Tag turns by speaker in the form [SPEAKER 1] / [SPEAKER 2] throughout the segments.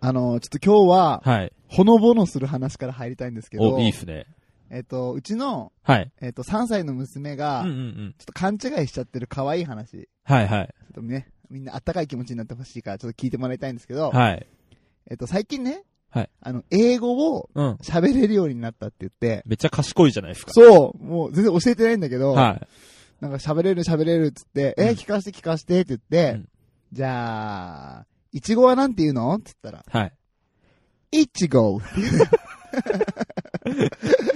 [SPEAKER 1] あの、ちょっと今日は、
[SPEAKER 2] はい。
[SPEAKER 1] ほのぼのする話から入りたいんですけど、
[SPEAKER 2] お、いいっすね。
[SPEAKER 1] えっと、うちの、
[SPEAKER 2] はい。
[SPEAKER 1] えっと、3歳の娘が、
[SPEAKER 2] うんうんう
[SPEAKER 1] ちょ
[SPEAKER 2] ん。
[SPEAKER 1] っと勘違いしちゃってる可愛い話、ち
[SPEAKER 2] はいはい。
[SPEAKER 1] ょっとね、みんなあったかい気持ちになってほしいから、ちょっと聞いてもらいたいんですけど、
[SPEAKER 2] はい。
[SPEAKER 1] えっと、最近ね、
[SPEAKER 2] はい
[SPEAKER 1] あの、英語を
[SPEAKER 2] うん。
[SPEAKER 1] 喋れるようになったって言って、
[SPEAKER 2] めっちゃ賢いじゃないですか。
[SPEAKER 1] そう、もう全然教えてないんだけど、
[SPEAKER 2] は
[SPEAKER 1] なんか喋れる喋れるっつって、え
[SPEAKER 2] う
[SPEAKER 1] ー、
[SPEAKER 2] ん
[SPEAKER 1] 聞かせて聞かせてって言って、
[SPEAKER 2] うん
[SPEAKER 1] じゃあ、いちごはなんて言うのって言ったら、
[SPEAKER 2] い。はい。
[SPEAKER 1] いちごって言う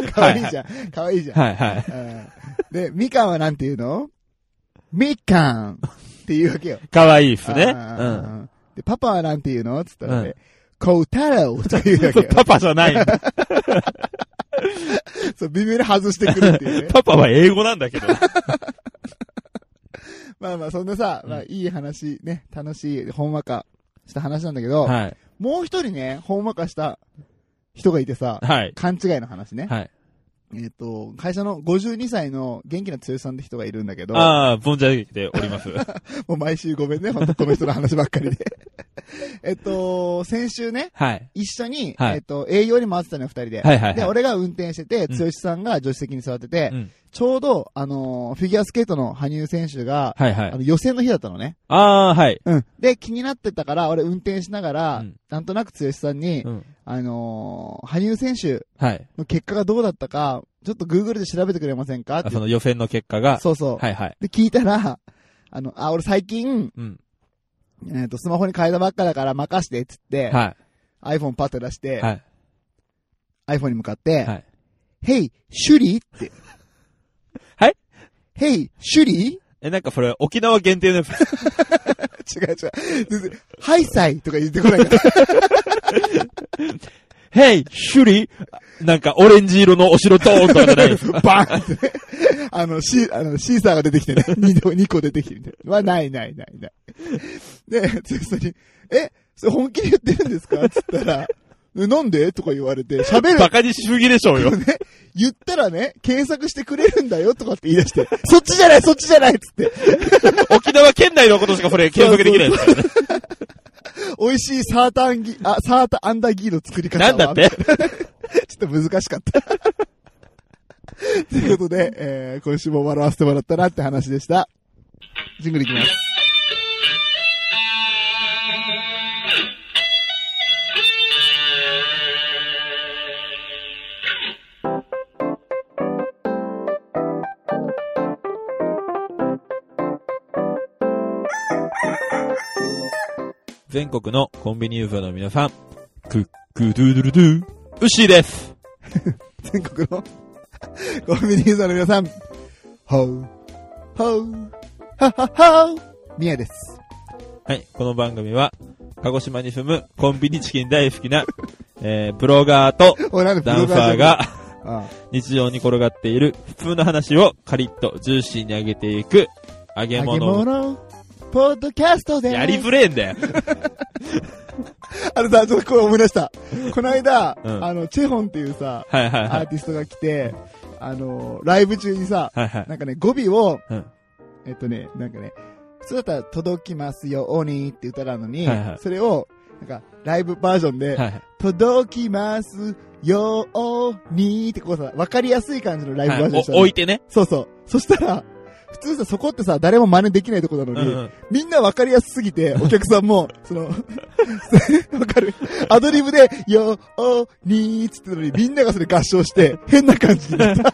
[SPEAKER 1] のかわいいじゃん。かわいいじゃん。
[SPEAKER 2] はいはい。
[SPEAKER 1] うんで、みかんはなんて言うのみかんって言うわけよ。
[SPEAKER 2] かわいいっすね。う
[SPEAKER 1] あー
[SPEAKER 2] ん。
[SPEAKER 1] で、パパはなんて言うのって言ったら
[SPEAKER 2] うん。
[SPEAKER 1] ね、コウタロウと言うわけよ
[SPEAKER 2] パパじゃないん だ。。
[SPEAKER 1] そう、微妙に外してくるっていうね
[SPEAKER 2] パパは英語なんだけど。
[SPEAKER 1] まあまあ、そんなさ、まあ、いい話、ね、楽しい、ほんわかした話なんだけど、
[SPEAKER 2] はい。
[SPEAKER 1] もう一人ね、ほんわかした人がいてさ、
[SPEAKER 2] はい。
[SPEAKER 1] 勘違いの話ね。
[SPEAKER 2] はい。
[SPEAKER 1] えっ、と、会社の52歳の元気な強さんって人がいるんだけど、も
[SPEAKER 2] ああ、ぼんじゃりてお ります。
[SPEAKER 1] う毎週ごめんね、ほんとこの人の話ばっかり で。えっと、先週ね、
[SPEAKER 2] はい。
[SPEAKER 1] 一緒に、
[SPEAKER 2] はい
[SPEAKER 1] えっと、営業に回ってたのよ、二人で。
[SPEAKER 2] はいはいはい
[SPEAKER 1] で、俺が運転してて、
[SPEAKER 2] うん
[SPEAKER 1] 剛さんが助手席に座ってて、
[SPEAKER 2] うん
[SPEAKER 1] ちょうど、あのーフィギュアスケートの羽生選手が、
[SPEAKER 2] はいは
[SPEAKER 1] あ
[SPEAKER 2] い。
[SPEAKER 1] の予選の日だったのね。
[SPEAKER 2] ああー、はい。
[SPEAKER 1] うん。で、気になってたから、俺運転しながら、
[SPEAKER 2] うん
[SPEAKER 1] なんとなく剛さんに、
[SPEAKER 2] うん。
[SPEAKER 1] あのー羽生選手
[SPEAKER 2] はい。
[SPEAKER 1] の結果がどうだったか、ちょっと Google で調べてくれませんかって
[SPEAKER 2] あその予選の結果が。
[SPEAKER 1] そうそう。
[SPEAKER 2] はいはい。
[SPEAKER 1] で、聞いたら、あの、あ、俺最近、
[SPEAKER 2] うん。
[SPEAKER 1] えっ、と、スマホに変えたばっかだから任して、っつって、
[SPEAKER 2] は
[SPEAKER 1] iPhone パッと出し
[SPEAKER 2] い。
[SPEAKER 1] て、
[SPEAKER 2] はい。
[SPEAKER 1] iPhone に向かって、
[SPEAKER 2] はい。
[SPEAKER 1] Hey, シュリーって。
[SPEAKER 2] はい
[SPEAKER 1] ?Hey, シュリー
[SPEAKER 2] え、なんかそれ、沖縄限定のやつ。
[SPEAKER 1] 違う違う。全然ハイサイとか言ってこないから。
[SPEAKER 2] Hey, シュリなんかオレンジ色のお城ドーンとかじゃないですか。
[SPEAKER 1] バーンって、ね。あの、シー、あの、シーサーが出てき てね。2個、二個出てきてみたいな。は、ないないないない。で、つゆさんに、え、それ本気で言ってるんですかつったら、えなんでとか言われて、喋る
[SPEAKER 2] バカにしすぎでしょうよ。
[SPEAKER 1] ね、言ったらね、検索してくれるんだよとかって言い出して、そっちじゃない、そっちじゃないっつって、
[SPEAKER 2] 沖縄県内のことしかそれ継続できないです からね。
[SPEAKER 1] 美味しいサーターアンギ、あ、サーターアンダーギーの作り方は
[SPEAKER 2] なんだって
[SPEAKER 1] ちょっと難しかった。ということで、えー、今週も笑わせてもらったなって話でした。ジングルいきます。
[SPEAKER 2] 全国のコンビニユーザーの皆さん、クックドゥドゥルドゥ、ウッシーです。
[SPEAKER 1] 全国のコンビニユーザーの皆さん、ほう、ほう、はっはっはう、みやです。
[SPEAKER 2] はい、この番組は、鹿児島に住むコンビニチキン大好きな、えー、ブロガー と
[SPEAKER 1] おい、なんで
[SPEAKER 2] ダンサ
[SPEAKER 1] ブロガー
[SPEAKER 2] ーが、
[SPEAKER 1] じゃん、あ
[SPEAKER 2] 日常に転がっている普通の話をカリッとジューシーに上げていく、揚げ
[SPEAKER 1] 揚げ
[SPEAKER 2] 物。
[SPEAKER 1] 物、ポッドキャストで
[SPEAKER 2] やりづれえんだ よ。
[SPEAKER 1] あれさ、ちょっとこれ思い出した。 この間、
[SPEAKER 2] うん
[SPEAKER 1] あの、チェホンっていうさ、
[SPEAKER 2] はいはいは
[SPEAKER 1] アー
[SPEAKER 2] い。
[SPEAKER 1] ティストが来て、あの、ライブ中にさ、
[SPEAKER 2] はいはい。
[SPEAKER 1] なんかね、語尾を、
[SPEAKER 2] うん。
[SPEAKER 1] えっとね、なんかね、普通だったら届きますよ、オニーって歌なのに、
[SPEAKER 2] はいはい
[SPEAKER 1] それを、なんか、ライブバージョンで、
[SPEAKER 2] はいはい。
[SPEAKER 1] 届きますよ、オニーってこうさ、わかりやすい感じのライブバージョン
[SPEAKER 2] は
[SPEAKER 1] に
[SPEAKER 2] い
[SPEAKER 1] した
[SPEAKER 2] お
[SPEAKER 1] の
[SPEAKER 2] 置いてね。
[SPEAKER 1] そうそう。そしたら、普通さ、そこってさ、誰も真似できないとこなの
[SPEAKER 2] うん
[SPEAKER 1] に、
[SPEAKER 2] うん。
[SPEAKER 1] みんなわかりやすすぎ て、お客さんも、その、 わかるアドリブで、よーにーっつってたのに、みんながそれ合唱して、変な感じになった。 っ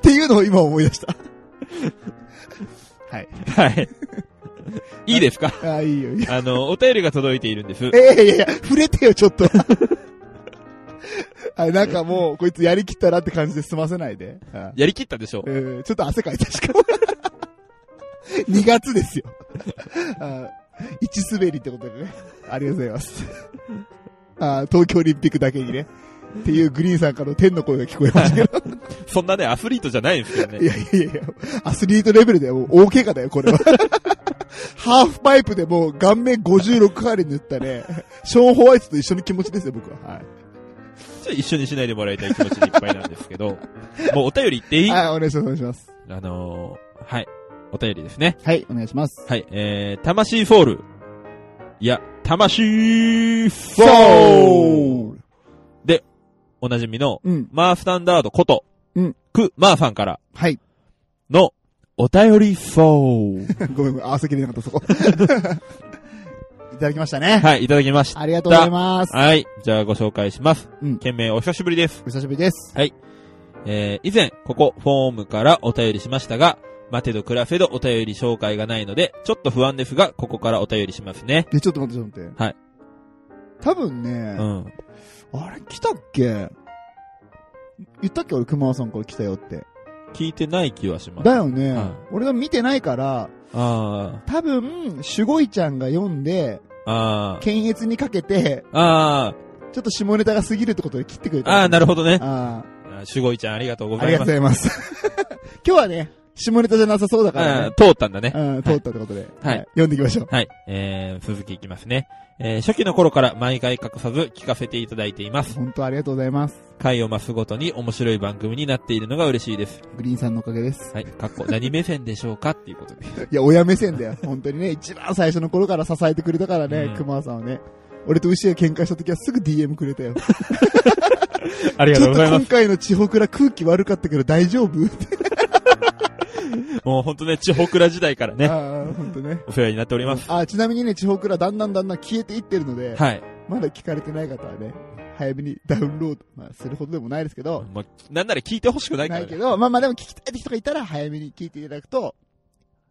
[SPEAKER 1] ていうのを今思い出した。はい。
[SPEAKER 2] はい。 いいですか
[SPEAKER 1] ああ、いいよ、いいよ。
[SPEAKER 2] あの、お便りが届いているんです。
[SPEAKER 1] ええいやいや、触れてよ、ちょっ と。あなんかもう、こいつやりきったなって感じで済ませないで。あ
[SPEAKER 2] やりきったでしょ
[SPEAKER 1] うんちょっと汗かいたしかも。2月ですよ。あ一滑りってことでね。ありがとうございます。あ東京オリンピックだけにね。っていうグリーンさんからの天の声が聞こえましたけど。
[SPEAKER 2] そんなね、アスリートじゃないんですけど
[SPEAKER 1] い
[SPEAKER 2] ね。
[SPEAKER 1] やいやいや、アスリートレベルでもう大怪我だよ、これは。 ハーフパイプでもう顔面56回り塗ったね、ショーン・ホワイトと一緒の気持ちですよ、僕は。はい。
[SPEAKER 2] ちょっと一緒にしないでもらいたい気持ちでいっぱいなんです けど。もうお便り言っていいあ
[SPEAKER 1] はい、お願いします、お願いします。
[SPEAKER 2] のー、はい。お便りですね。
[SPEAKER 1] はい、お願いします。
[SPEAKER 2] はい。えー、魂フォール。いや、魂フォー
[SPEAKER 1] そう
[SPEAKER 2] おなじみの、
[SPEAKER 1] うん。
[SPEAKER 2] マースタンダードこと、
[SPEAKER 1] うん
[SPEAKER 2] クマーさんから
[SPEAKER 1] はい。
[SPEAKER 2] の、お便りフ ォー。
[SPEAKER 1] ごめんごめん、合わせきれなかった、 そこ。いただきましたね。
[SPEAKER 2] はい、いただきました。
[SPEAKER 1] ありがとうございます。
[SPEAKER 2] はい、じゃあご紹介します。
[SPEAKER 1] うん
[SPEAKER 2] 件名お久しぶりです。
[SPEAKER 1] お久しぶりです。
[SPEAKER 2] えー、以前、ここ、フォームからお便りしましたが、待てど暮らせどお便り紹介がないので、ちょっと不安ですが、ここからお便りしますね。
[SPEAKER 1] で、ちょっと待って、ちょっと待って。
[SPEAKER 2] はい。
[SPEAKER 1] 多分ね、
[SPEAKER 2] うん。
[SPEAKER 1] あれ来たっけ言ったっけ俺、熊尾さんから来たよって。
[SPEAKER 2] 聞いてない気はします。
[SPEAKER 1] だ
[SPEAKER 2] あ
[SPEAKER 1] よね、
[SPEAKER 2] はい
[SPEAKER 1] 俺が見てないから、
[SPEAKER 2] あ
[SPEAKER 1] 多分、守護イちゃんが読んで、
[SPEAKER 2] ー、ああ、
[SPEAKER 1] 検閲にかけて、
[SPEAKER 2] あ
[SPEAKER 1] ちょっと下ネタが過ぎるってことで切ってくれ
[SPEAKER 2] あ、
[SPEAKER 1] た。
[SPEAKER 2] ああ、なるほどね。
[SPEAKER 1] あ
[SPEAKER 2] あー守護イちゃんありがとうご
[SPEAKER 1] あ、あ
[SPEAKER 2] ざ
[SPEAKER 1] り
[SPEAKER 2] い
[SPEAKER 1] がとう
[SPEAKER 2] ま
[SPEAKER 1] ご
[SPEAKER 2] す。
[SPEAKER 1] ざいます。 今日はね、下ネタじゃなさそうだから
[SPEAKER 2] あ
[SPEAKER 1] ね。
[SPEAKER 2] ー通ったんだね。
[SPEAKER 1] うん、通ったってことで。
[SPEAKER 2] はい
[SPEAKER 1] 読んでいきましょう。
[SPEAKER 2] はい。えー、続きいきますね。えー、初期の頃から毎回欠かさず聞かせていただいています。
[SPEAKER 1] 本当ありがとうございます。
[SPEAKER 2] 回を増すごとに面白い番組になっているのが嬉しいです。
[SPEAKER 1] グリーンさんのおかげです。
[SPEAKER 2] はい。かっこ、何目線でしょうかっていうこと で。
[SPEAKER 1] いや、親目線 だよ。本当にね、一番最初の頃から支えてくれたから
[SPEAKER 2] う
[SPEAKER 1] ね
[SPEAKER 2] ん、
[SPEAKER 1] 熊さんはね。俺と牛が喧嘩した時はすぐ DM くれたよ。
[SPEAKER 2] あり
[SPEAKER 1] ちょっと今。回の地方から空気悪かったけど大丈夫
[SPEAKER 2] もうほんとね、地方倉時代からね、
[SPEAKER 1] ああ、本当ね。
[SPEAKER 2] お世話になっております。
[SPEAKER 1] あちなみにね、地方からだんだんだんだん消えていってるので、
[SPEAKER 2] はい。
[SPEAKER 1] まだ聞かれてない方はね、早めにダウンロード、まあ、するほどでもないですけど、
[SPEAKER 2] まあ、なんなら聞いてほしくないか
[SPEAKER 1] な
[SPEAKER 2] ら
[SPEAKER 1] いけ
[SPEAKER 2] ね。
[SPEAKER 1] ど、まあまあでも聞きたいって人がいたら早めに聞いていただくと、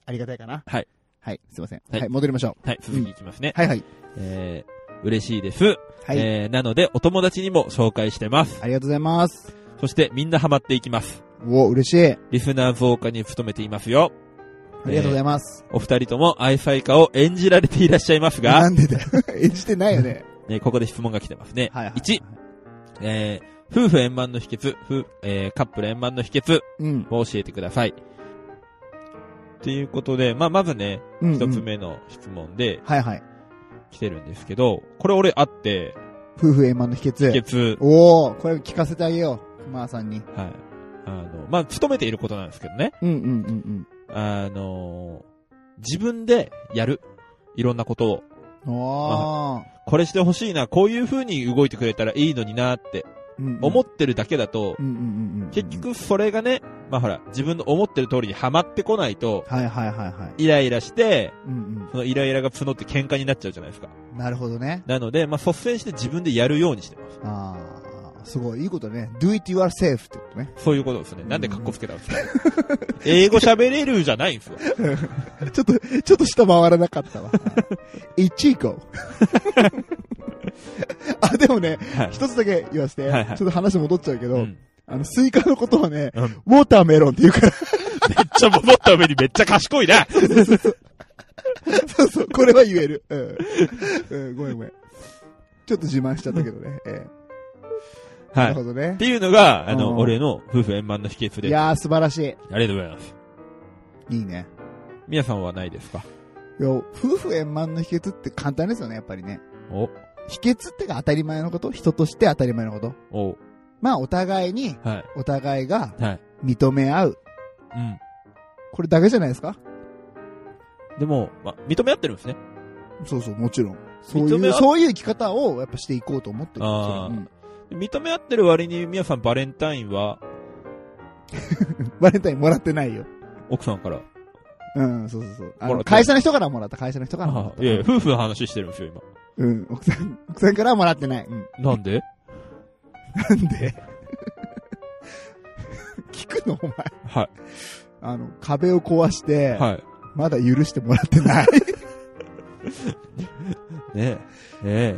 [SPEAKER 1] ありがたいかな。
[SPEAKER 2] はい。
[SPEAKER 1] はい、すいません。
[SPEAKER 2] は
[SPEAKER 1] はいい、戻りましょう。
[SPEAKER 2] はい、続きいきますね。
[SPEAKER 1] はいはい。
[SPEAKER 2] えー、嬉しいです。
[SPEAKER 1] はい。
[SPEAKER 2] えー、なので、お友達にも紹介してます。
[SPEAKER 1] ありがとうございます。
[SPEAKER 2] そして、みんなハマっていきます。
[SPEAKER 1] お、嬉しい。あ
[SPEAKER 2] リスナー増加に努めていますよ。
[SPEAKER 1] りがとうございます。
[SPEAKER 2] お二人とも愛妻家を演じられていらっしゃいますが
[SPEAKER 1] な、んでだよ。 演じてないよね。
[SPEAKER 2] えーここで質問が来てますね。
[SPEAKER 1] はいはい。
[SPEAKER 2] 1、えー夫婦円満の秘訣、夫えーカップル円満の秘訣
[SPEAKER 1] うん。
[SPEAKER 2] を教えてください。っていうことで、まあ、まずね、
[SPEAKER 1] うん。
[SPEAKER 2] 一つ。目の質問で
[SPEAKER 1] はいはい。
[SPEAKER 2] 来てるんですけど、これ俺あって、
[SPEAKER 1] 夫婦円満の秘訣。
[SPEAKER 2] 秘訣、
[SPEAKER 1] おおこれ聞かせてあげよう。熊さんに。
[SPEAKER 2] はい。あの、まあ、勤めていることなんですけどね。
[SPEAKER 1] うんうんうん
[SPEAKER 2] あの、自分でやる。いろんなことを。
[SPEAKER 1] うん。おー。
[SPEAKER 2] これしてほしいな、こういう風に動いてくれたらいいのになって思
[SPEAKER 1] 思
[SPEAKER 2] ってるだけだと、
[SPEAKER 1] うんうんうんうん。
[SPEAKER 2] 結。局それがね、まあほら、自分の思ってる通りにはまってこないと、
[SPEAKER 1] はいはいはいはい。
[SPEAKER 2] イライラして、
[SPEAKER 1] うん
[SPEAKER 2] そのイライラが募って喧嘩になっちゃうじゃないですか。
[SPEAKER 1] うん。なるほどね。
[SPEAKER 2] なので、まあ率先して自分でやるようにしてます。
[SPEAKER 1] ああ、すごい。いいことね。do it yourself ってことね。
[SPEAKER 2] そういうことですね。なんで格好つけたんですか英語喋れるじゃないんですよ。
[SPEAKER 1] ちょっと、ちょっと下回らなかったわ。 いちご。 あ、でもね、
[SPEAKER 2] はい。
[SPEAKER 1] 一つだけ言わせて、
[SPEAKER 2] はいはい
[SPEAKER 1] ちょっと話戻っちゃうけど、
[SPEAKER 2] うん
[SPEAKER 1] あの、スイカのことはね、
[SPEAKER 2] うん
[SPEAKER 1] ウォーターメロンって言うから、
[SPEAKER 2] め っちゃ戻った上にめっちゃ賢いな
[SPEAKER 1] そうそう、これは言える。うん。うんごめんごめん。ちょっと自慢しちゃったけどね。ええな
[SPEAKER 2] はい。
[SPEAKER 1] る ほ
[SPEAKER 2] っ
[SPEAKER 1] どね
[SPEAKER 2] て。いうのが、あの、
[SPEAKER 1] うん
[SPEAKER 2] 俺の夫婦円満の秘訣
[SPEAKER 1] い
[SPEAKER 2] で。あ
[SPEAKER 1] やー、素晴らし
[SPEAKER 2] りがとうございます。
[SPEAKER 1] い。いいね。
[SPEAKER 2] 皆さんはないですか
[SPEAKER 1] いや、夫婦円満の秘訣って簡単ですよね、やっぱりね。
[SPEAKER 2] お、
[SPEAKER 1] 秘訣ってか当たり前のこと人として当たり前のこと。
[SPEAKER 2] お、
[SPEAKER 1] まあ、お互いに、
[SPEAKER 2] は
[SPEAKER 1] お互いが
[SPEAKER 2] い。はい。
[SPEAKER 1] 認め合う。
[SPEAKER 2] うん。
[SPEAKER 1] これだけじゃないですか
[SPEAKER 2] でも、まあ、認め合ってるんですね。
[SPEAKER 1] そうそう、もちろん。そう
[SPEAKER 2] 認め
[SPEAKER 1] い
[SPEAKER 2] 合
[SPEAKER 1] う、
[SPEAKER 2] う
[SPEAKER 1] そういう生き方をやっぱしていこうと思ってる。
[SPEAKER 2] あー
[SPEAKER 1] うん
[SPEAKER 2] 認め合ってる割に、皆さんバレンタインは、
[SPEAKER 1] バレンタインもらってないよ。
[SPEAKER 2] 奥さんから。
[SPEAKER 1] うん、そうそうそう。あ
[SPEAKER 2] もらっ
[SPEAKER 1] の
[SPEAKER 2] て
[SPEAKER 1] 会社の人からもらった、会社の人からもらっ
[SPEAKER 2] あ
[SPEAKER 1] た。
[SPEAKER 2] いやいや、夫婦の話してるんですよ、
[SPEAKER 1] うん、奥さん、奥さんからはもらってない。うん。
[SPEAKER 2] 今。なんで
[SPEAKER 1] なんで 聞くのお前。
[SPEAKER 2] は
[SPEAKER 1] あの、壁を壊し
[SPEAKER 2] い。
[SPEAKER 1] て、
[SPEAKER 2] は
[SPEAKER 1] まだ許してもらってない。
[SPEAKER 2] い。ねえ。ねえ。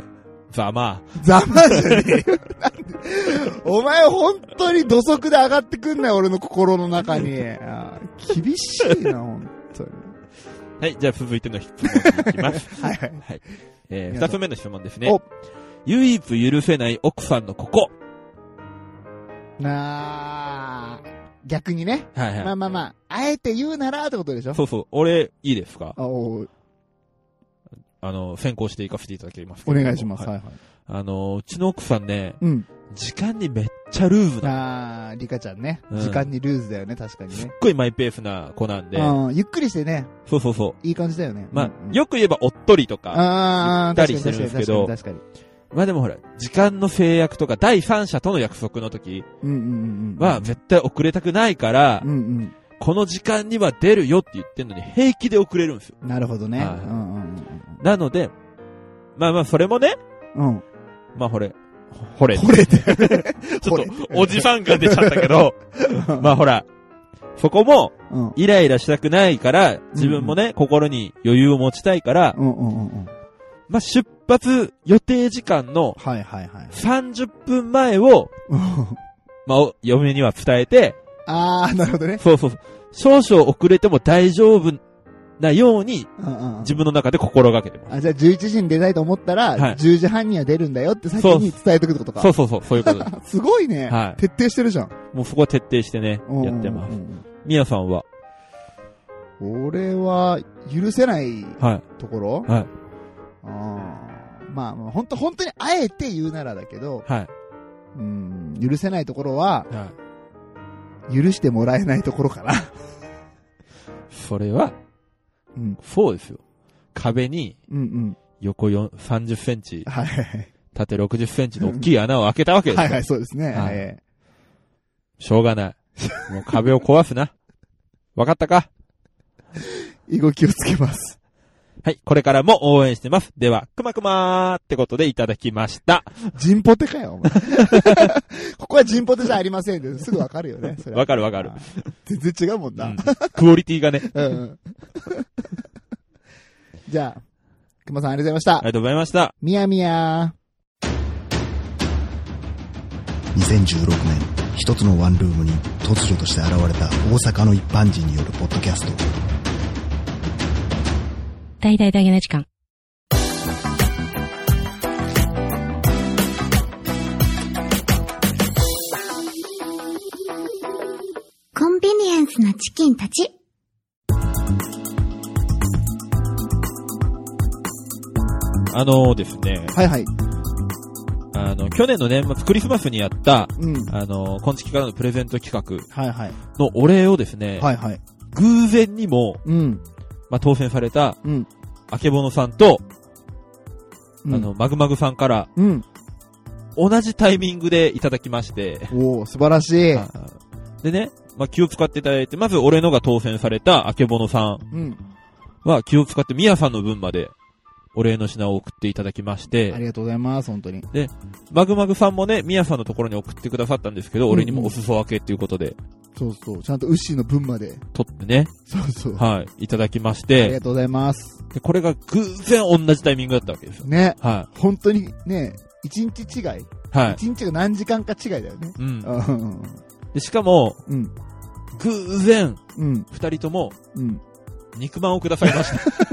[SPEAKER 2] ざま
[SPEAKER 1] ざまじゃねえよ。なんでお前本当に土足で上がってくんなよ、俺の心の中に。あー厳しいな、本当に。
[SPEAKER 2] あ。はい、じゃあ続いての質問いきます。
[SPEAKER 1] はいはい。
[SPEAKER 2] えー、
[SPEAKER 1] 皆さ
[SPEAKER 2] 二
[SPEAKER 1] ん
[SPEAKER 2] つ目の質問ですね
[SPEAKER 1] お。
[SPEAKER 2] 唯一許せない奥さんのここ。
[SPEAKER 1] なあ、逆にね。
[SPEAKER 2] はい
[SPEAKER 1] まあまあまあ、あえて言うならってことでしょ
[SPEAKER 2] そうそう、俺、いいですか
[SPEAKER 1] あおう
[SPEAKER 2] あの、先行していかせていただきますけ
[SPEAKER 1] お
[SPEAKER 2] れども
[SPEAKER 1] 願いします。
[SPEAKER 2] は
[SPEAKER 1] はいいはい。
[SPEAKER 2] あの、うちの奥さんね、
[SPEAKER 1] うん。
[SPEAKER 2] 時間にめっちゃル ーズな。
[SPEAKER 1] あー、リカちゃんね。
[SPEAKER 2] うん
[SPEAKER 1] 時間にルーズだよね、確かに
[SPEAKER 2] すっ
[SPEAKER 1] ね。
[SPEAKER 2] ごいマイペースな子なんで。
[SPEAKER 1] うん、ゆっくりしてね、
[SPEAKER 2] そうそうそう。
[SPEAKER 1] いい感じだよね。
[SPEAKER 2] ま
[SPEAKER 1] うん、、
[SPEAKER 2] あよく言えばおっとりとか。ゆ
[SPEAKER 1] あー、
[SPEAKER 2] った
[SPEAKER 1] 確
[SPEAKER 2] りして
[SPEAKER 1] か
[SPEAKER 2] る
[SPEAKER 1] に
[SPEAKER 2] んですけど
[SPEAKER 1] 確かに確か
[SPEAKER 2] まあでもほら、時間の制約とか、第三者との約束の時
[SPEAKER 1] に。うんうんうんうん。
[SPEAKER 2] は、絶対遅れたくないから
[SPEAKER 1] うん、うん。
[SPEAKER 2] この時間には出るよって言ってんのに平気で遅れるんですよ。
[SPEAKER 1] なるほどね。う
[SPEAKER 2] はい
[SPEAKER 1] んうんうん
[SPEAKER 2] なので、まあまあ、それもね、
[SPEAKER 1] うん。うん。
[SPEAKER 2] まあほれ、ほれ、ちょ
[SPEAKER 1] これで。
[SPEAKER 2] っ
[SPEAKER 1] ほ
[SPEAKER 2] と
[SPEAKER 1] れ、
[SPEAKER 2] おじさん感出ちゃった けど、まあほら、そこも、
[SPEAKER 1] うん。
[SPEAKER 2] イライラしたくないから、自分もね、心に余裕を持ちたいから、
[SPEAKER 1] うんうんうんうん。
[SPEAKER 2] まあ出発予定時間の
[SPEAKER 1] はいはいはい。
[SPEAKER 2] 30分前を、まあ、お嫁には伝えて、
[SPEAKER 1] あー、なるほどね。
[SPEAKER 2] そうそうそう。少々遅れても大丈夫なように、
[SPEAKER 1] うんうんうん
[SPEAKER 2] 自分の中で心がけてま
[SPEAKER 1] あ、じゃあ11時に出たいと思ったら、
[SPEAKER 2] はい
[SPEAKER 1] 10時半には出るんだよって先
[SPEAKER 2] そう
[SPEAKER 1] に伝えとくってこと
[SPEAKER 2] す。
[SPEAKER 1] か。
[SPEAKER 2] そうそうそう、そうい うことです。
[SPEAKER 1] すごいね。
[SPEAKER 2] はい
[SPEAKER 1] 徹底してるじゃん。
[SPEAKER 2] もうそこは徹底してね、やってます。
[SPEAKER 1] す。
[SPEAKER 2] みやさんは、
[SPEAKER 1] 俺は、許せない
[SPEAKER 2] はい、
[SPEAKER 1] ところ
[SPEAKER 2] はい、
[SPEAKER 1] あーまあ、本当本当にあえて言うならだけど、
[SPEAKER 2] はい、
[SPEAKER 1] うん、許せないところは、
[SPEAKER 2] はい。
[SPEAKER 1] 許してもらえないところかな。
[SPEAKER 2] それは、
[SPEAKER 1] うん、
[SPEAKER 2] そうですよ。壁に
[SPEAKER 1] うん、うん。
[SPEAKER 2] 横4 30センチ、
[SPEAKER 1] はいはい
[SPEAKER 2] 縦60センチの大きい穴を開けたわけですよ。
[SPEAKER 1] はい。はいはい、そうですね。
[SPEAKER 2] は
[SPEAKER 1] はいい。
[SPEAKER 2] しょうがない。もう壁を壊すな。わかったか
[SPEAKER 1] 以後気をつけます。
[SPEAKER 2] はい、これからも応援してます。では、くまくまーってことでいただきました。
[SPEAKER 1] ジンポテかよ、お前。 ここはジンポテじゃありませんですぐわかるよね。それは
[SPEAKER 2] わかるわかる。
[SPEAKER 1] 全然違うもんな。
[SPEAKER 2] うんクオリティがね。
[SPEAKER 1] うん。じゃあ、熊さんありがとうございました。
[SPEAKER 2] ありがとうございました。
[SPEAKER 1] みやみや
[SPEAKER 3] 2016年、一つのワンルームに突如として現れた大阪の一般人によるポッドキャスト。
[SPEAKER 4] 大々大げな時間。
[SPEAKER 5] コンビニエンスなチキンたち。
[SPEAKER 2] あのーですね、
[SPEAKER 1] はいはい。
[SPEAKER 2] あの、去年の年末クリスマスにやった、
[SPEAKER 1] うん。
[SPEAKER 2] あのー、今月からのプレゼント企
[SPEAKER 1] はいはい。
[SPEAKER 2] 画のお礼をですね、
[SPEAKER 1] はいはい。
[SPEAKER 2] 偶然にも、
[SPEAKER 1] うん。
[SPEAKER 2] まあ、当選された、
[SPEAKER 1] うん。
[SPEAKER 2] あけぼのさんと、
[SPEAKER 1] うん
[SPEAKER 2] あの、、マグマグさんから、
[SPEAKER 1] うん。
[SPEAKER 2] 同じタイミングでいただきまして、
[SPEAKER 1] おお素晴らしい。
[SPEAKER 2] でね、まあ、気を使っていただいて、まず俺のが当選されたあけぼのさん
[SPEAKER 1] うん。
[SPEAKER 2] は気を使ってみやさんの分まで、お礼の品を送っていただきまし
[SPEAKER 1] あ
[SPEAKER 2] て、
[SPEAKER 1] りがとうございます、本当に。
[SPEAKER 2] マグマグさんもね、みやさんのところに送ってくださったんですけど、俺にもお裾分けっていうことで、
[SPEAKER 1] そうそう。ちゃんとウッシーの分まで。
[SPEAKER 2] 取ってね、
[SPEAKER 1] そうそう。あ
[SPEAKER 2] はい、いただきまし
[SPEAKER 1] り
[SPEAKER 2] て
[SPEAKER 1] が、とうございます。
[SPEAKER 2] でこれが偶然同じタイミングだったわけですよ。
[SPEAKER 1] ね。
[SPEAKER 2] は
[SPEAKER 1] 本当にね、一日違い。
[SPEAKER 2] い、はい。
[SPEAKER 1] 一日が何時間か違いだよね。
[SPEAKER 2] うん。
[SPEAKER 1] うん。
[SPEAKER 2] で、しかも、
[SPEAKER 1] うん。
[SPEAKER 2] 偶然、
[SPEAKER 1] うん。
[SPEAKER 2] 二人とも、
[SPEAKER 1] うん。
[SPEAKER 2] 肉まんをくださいました。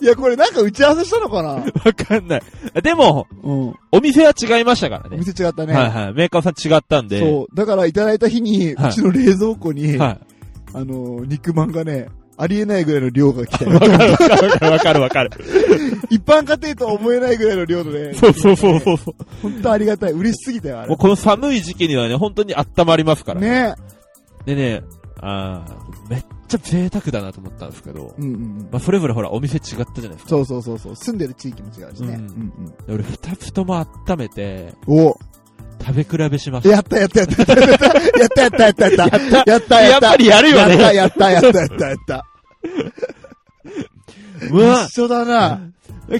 [SPEAKER 1] いや、これなんか打ち合わせしたのかな
[SPEAKER 2] わかんない。でも、
[SPEAKER 1] うん。
[SPEAKER 2] お店は違いましたから
[SPEAKER 1] お
[SPEAKER 2] ね。
[SPEAKER 1] 店違ったね。
[SPEAKER 2] はいはい。メーカーさん違ったんで。
[SPEAKER 1] そう。だから、いただいた日に、
[SPEAKER 2] はいう
[SPEAKER 1] ちの冷蔵庫に、
[SPEAKER 2] は
[SPEAKER 1] あのー、肉まんがね、ありえないぐらいの量が来た
[SPEAKER 2] い。わ
[SPEAKER 1] よ。
[SPEAKER 2] かるわかるわかるわかるわかる。
[SPEAKER 1] 一般家庭とは思えないぐらいの量のね、
[SPEAKER 2] そうそうそうそうそ
[SPEAKER 1] 本当ありがたい。嬉しすぎたよ、あ
[SPEAKER 2] う。
[SPEAKER 1] れ
[SPEAKER 2] もう。この寒い時期にはね、本当に温まりますから。
[SPEAKER 1] ね
[SPEAKER 2] でね、あーめっちゃ贅沢だなと思ったんですけど
[SPEAKER 1] う、んうんうん
[SPEAKER 2] ま。あそれぞれほらお店違ったじゃないですか。
[SPEAKER 1] そうそうそうそう。住んでる地域も違うしね。
[SPEAKER 2] う
[SPEAKER 1] うんん
[SPEAKER 2] で俺二つとも温めて、
[SPEAKER 1] うん。お
[SPEAKER 2] 食べ比べしました。
[SPEAKER 1] やったやったやったやったやったやったやったやった
[SPEAKER 2] や
[SPEAKER 1] や
[SPEAKER 2] っ
[SPEAKER 1] った
[SPEAKER 2] ぱ
[SPEAKER 1] た
[SPEAKER 2] りやるよね
[SPEAKER 1] やったやったやったやったやった
[SPEAKER 2] うわ
[SPEAKER 1] 一緒だな。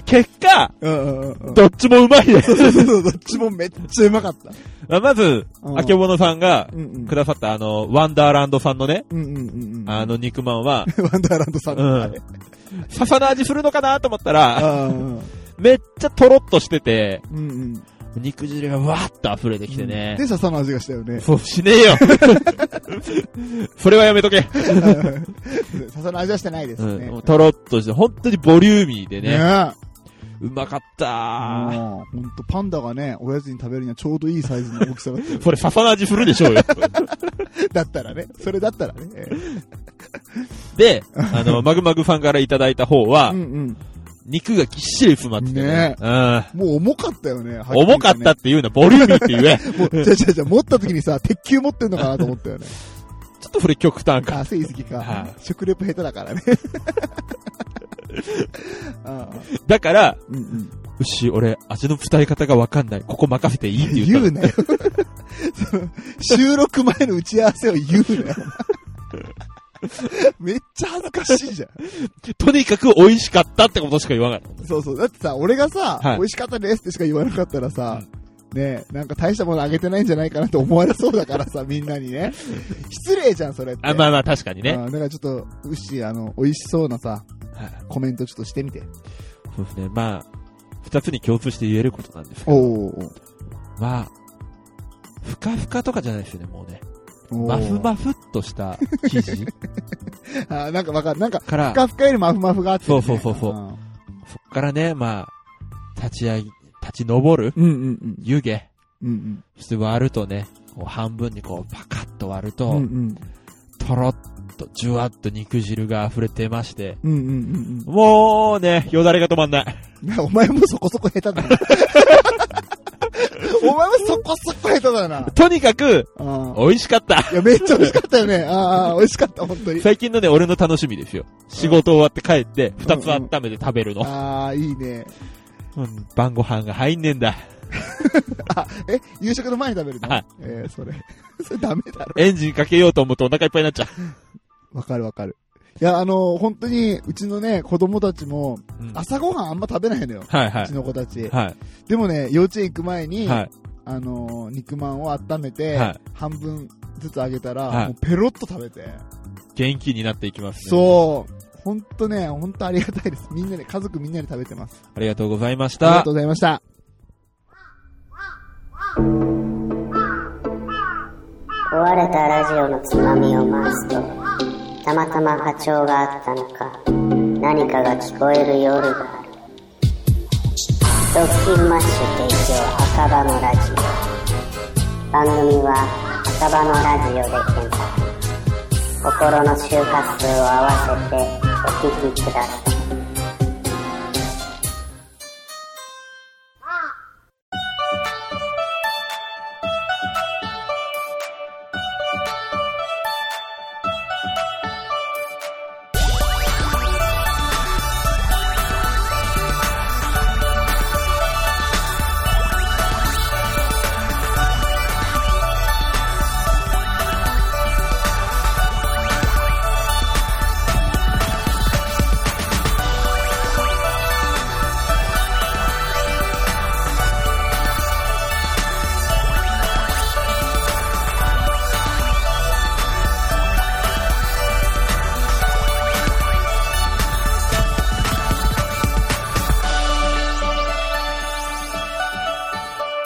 [SPEAKER 2] 結果、
[SPEAKER 1] うんうんうんうん。
[SPEAKER 2] どっちもうまいね。
[SPEAKER 1] そうそうそうどっちもめっちゃうまかった。
[SPEAKER 2] まあまず、
[SPEAKER 1] うん
[SPEAKER 2] あけぼのさんが
[SPEAKER 1] うんうん
[SPEAKER 2] く。ださったあの、ワンダーランドさんのね、
[SPEAKER 1] うんうんうんうん。
[SPEAKER 2] あの肉まんは、
[SPEAKER 1] ワンダーランドさん
[SPEAKER 2] う
[SPEAKER 1] の
[SPEAKER 2] ん
[SPEAKER 1] あれ。
[SPEAKER 2] 笹の味するのかなと思ったら、
[SPEAKER 1] うんうん
[SPEAKER 2] めっちゃとろっとしてて、
[SPEAKER 1] うんうん。
[SPEAKER 2] 肉汁がわーっと溢れてきてね。
[SPEAKER 1] で、笹の味がしたよね。
[SPEAKER 2] そう、しねえよ それはやめとけ、
[SPEAKER 1] 笹の味はしてないですね。
[SPEAKER 2] とろっとして、本当にボリューミーでね、
[SPEAKER 1] ね
[SPEAKER 2] うまかっ
[SPEAKER 1] え。
[SPEAKER 2] た
[SPEAKER 1] もうほんと、パンダがね、おやつに食べるにはちょうどいいサイズの大きさだったよ
[SPEAKER 2] ー。それ笹の味するでし ょうよ。
[SPEAKER 1] だったらね。それだったらね。ええ
[SPEAKER 2] で、あの、マグマグさんからいただいた方は
[SPEAKER 1] う、んうん。
[SPEAKER 2] 肉がぎっしり詰まってて
[SPEAKER 1] ね
[SPEAKER 2] うん。
[SPEAKER 1] もう重かったよね。はきり言てね
[SPEAKER 2] 重かったっ。て言うな、ボリューミーって言 え。
[SPEAKER 1] もう、じゃあじゃあじゃあ持った時にさ、鉄球持ってんのかなと思った よね。
[SPEAKER 2] ちょっとそれ極端か。
[SPEAKER 1] あ、せいすぎ
[SPEAKER 2] は
[SPEAKER 1] か
[SPEAKER 2] い。
[SPEAKER 1] 食レポ下手だ からね。ああ
[SPEAKER 2] だから、
[SPEAKER 1] うんうん。
[SPEAKER 2] 牛、俺、味の伝え方がわかんない。ここ任せていいって言
[SPEAKER 1] 言
[SPEAKER 2] っ
[SPEAKER 1] うなよ。その収録前の打ち合わせを言う なよ。めっちゃ恥ずかしいじゃん。
[SPEAKER 2] た。とにかく美味しかったってことしか言わない。
[SPEAKER 1] そうそう。だってさ、俺がさ、
[SPEAKER 2] はい
[SPEAKER 1] 美味しかったですってしか言わなかったらさ、ねえ、なんか大したものあげてないんじゃないかなって思われそうだからさ、みんなにね。失礼じゃん、それって。
[SPEAKER 2] あ、まあまあ確かにね。
[SPEAKER 1] うんだからちょっと、うっしー、あの、美味しそうなさ、
[SPEAKER 2] はい
[SPEAKER 1] コメントちょっとしてみて。
[SPEAKER 2] そうですね。まあ、二つに共通して言えることなんですけど。
[SPEAKER 1] おー
[SPEAKER 2] まあ、ふかふかとかじゃないですよね、もうね。
[SPEAKER 1] おー。
[SPEAKER 2] まふまふっとした生地
[SPEAKER 1] あーなんかわかる。なんか、
[SPEAKER 2] か
[SPEAKER 1] ふ
[SPEAKER 2] ら、
[SPEAKER 1] かふかよりマフマフがあって、ね。
[SPEAKER 2] そうそうそうそう
[SPEAKER 1] あ
[SPEAKER 2] そっからね、まあ、立ち上げ、立ち上る
[SPEAKER 1] ーうんうんうん。
[SPEAKER 2] 湯気。
[SPEAKER 1] うんうん。
[SPEAKER 2] そして割るとね、こう半分にこうパカッと割ると、
[SPEAKER 1] うんうん。
[SPEAKER 2] とろっと、じゅわっと肉汁が溢れてまして、
[SPEAKER 1] うんうんうん
[SPEAKER 2] もうね、よだれが止まんない。
[SPEAKER 1] うんな。お前もそこそこ下手 だな。お前もそこそこ下手だな。
[SPEAKER 2] とにかく、
[SPEAKER 1] あー
[SPEAKER 2] 美味しかった。
[SPEAKER 1] いや、めっちゃ美味しかったよね。ああ、美味しかった、本当に。
[SPEAKER 2] 最近のね、俺の楽しみですよ。仕事終わって帰って、二つ温めて食べるの。
[SPEAKER 1] ああ、いいね。
[SPEAKER 2] うん晩ご飯が入んねえんだ。
[SPEAKER 1] あ、え、夕食の前に食べるの
[SPEAKER 2] はい
[SPEAKER 1] えーそれ。 それダメだろ。
[SPEAKER 2] エンジンかけようと思うとお腹いっぱいになっちゃ
[SPEAKER 1] わかるわかる。いや、あの、本当に、うちのね、子供たちも、
[SPEAKER 2] う。うん
[SPEAKER 1] 朝ごはんあんま食べないのよ。
[SPEAKER 2] はいは
[SPEAKER 1] うち
[SPEAKER 2] い。
[SPEAKER 1] の子たち。
[SPEAKER 2] は
[SPEAKER 1] でもね、幼稚園行く前
[SPEAKER 2] い。
[SPEAKER 1] に、
[SPEAKER 2] はい。
[SPEAKER 1] あの、肉まんを温めて、
[SPEAKER 2] はい
[SPEAKER 1] 半分ずつあげたら、
[SPEAKER 2] はい
[SPEAKER 1] もうペロッと食べて。
[SPEAKER 2] 元気になっていきます、ね。う。
[SPEAKER 1] そう。ほんとね、ほんとありがたいです。みんなで、家族みんなで食べてます。
[SPEAKER 2] ありがとうございまし
[SPEAKER 1] ありが
[SPEAKER 2] た
[SPEAKER 1] とう。ございました。
[SPEAKER 6] 壊れたラジオのつまみを回すとたまたま波長があったのか何かが聞こえる夜がある「ドッキンマッシュ提供赤羽のラジオ」番組は赤羽のラジオで検索心の周波数を合わせてお聞きください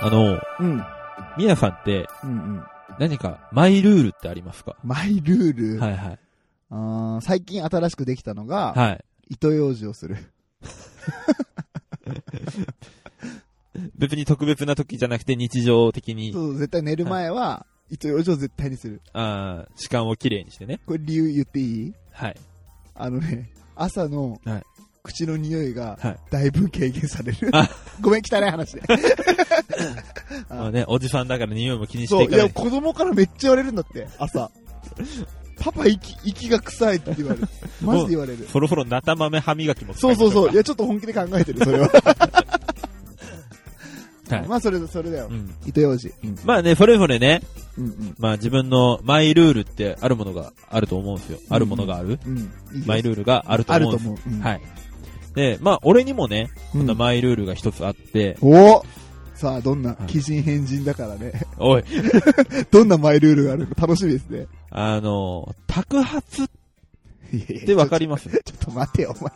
[SPEAKER 2] あの、
[SPEAKER 1] うん。
[SPEAKER 2] みやさんって
[SPEAKER 1] うんうん。
[SPEAKER 2] 何かマイルールってありますか
[SPEAKER 1] マイルール。
[SPEAKER 2] はいはい。
[SPEAKER 1] あー最近新しくできたのが、
[SPEAKER 2] はい。
[SPEAKER 1] 糸用事をする。
[SPEAKER 2] 別に特別な時じゃなくて日常的に、
[SPEAKER 1] そう、絶対寝る前は、糸用事を絶対にする。
[SPEAKER 2] あー時間をきれいにしてね。
[SPEAKER 1] これ理由言っていい
[SPEAKER 2] はい。
[SPEAKER 1] あのね、朝の
[SPEAKER 2] はい、
[SPEAKER 1] 口の匂いが
[SPEAKER 2] はい、
[SPEAKER 1] だいぶ軽減される
[SPEAKER 2] あ。
[SPEAKER 1] ごめん、汚い話で。あ
[SPEAKER 2] まあね、おじさんだから匂いも気にして
[SPEAKER 1] そう、
[SPEAKER 2] い
[SPEAKER 1] い
[SPEAKER 2] かな
[SPEAKER 1] や、
[SPEAKER 2] い。
[SPEAKER 1] 子供からめっちゃ言われるんだって、朝。パパ、息、息が臭いって言われる。マジで言われる。
[SPEAKER 2] そろそろなた豆歯磨きも使
[SPEAKER 1] そう
[SPEAKER 2] いましょ
[SPEAKER 1] そう
[SPEAKER 2] う
[SPEAKER 1] そう。い
[SPEAKER 2] か
[SPEAKER 1] や、ちょっと本気で考えてる、それは。
[SPEAKER 2] はい
[SPEAKER 1] まあ、それ、それだよ
[SPEAKER 2] う。ん。
[SPEAKER 1] 糸用事。
[SPEAKER 2] まあね、それぞれね、
[SPEAKER 1] うんうん。
[SPEAKER 2] まあ自分のマイルールってあるものがあると思うんですよ。あるものがある、
[SPEAKER 1] うん。
[SPEAKER 2] マイルールがあると
[SPEAKER 1] ある
[SPEAKER 2] 思
[SPEAKER 1] と
[SPEAKER 2] うんです。
[SPEAKER 1] 思う。うん
[SPEAKER 2] はい。で、まあ俺にもね、
[SPEAKER 1] う
[SPEAKER 2] こ
[SPEAKER 1] ん
[SPEAKER 2] んなマイルールが一つあって、
[SPEAKER 1] おさあ、どんな
[SPEAKER 2] はい、
[SPEAKER 1] 鬼人変人だからね。
[SPEAKER 2] おい、
[SPEAKER 1] どんなマイルールがあるか楽しみですね。
[SPEAKER 2] あの、宅発っ
[SPEAKER 1] いやいや
[SPEAKER 2] てわかります
[SPEAKER 1] ちょっと待てよ、お前。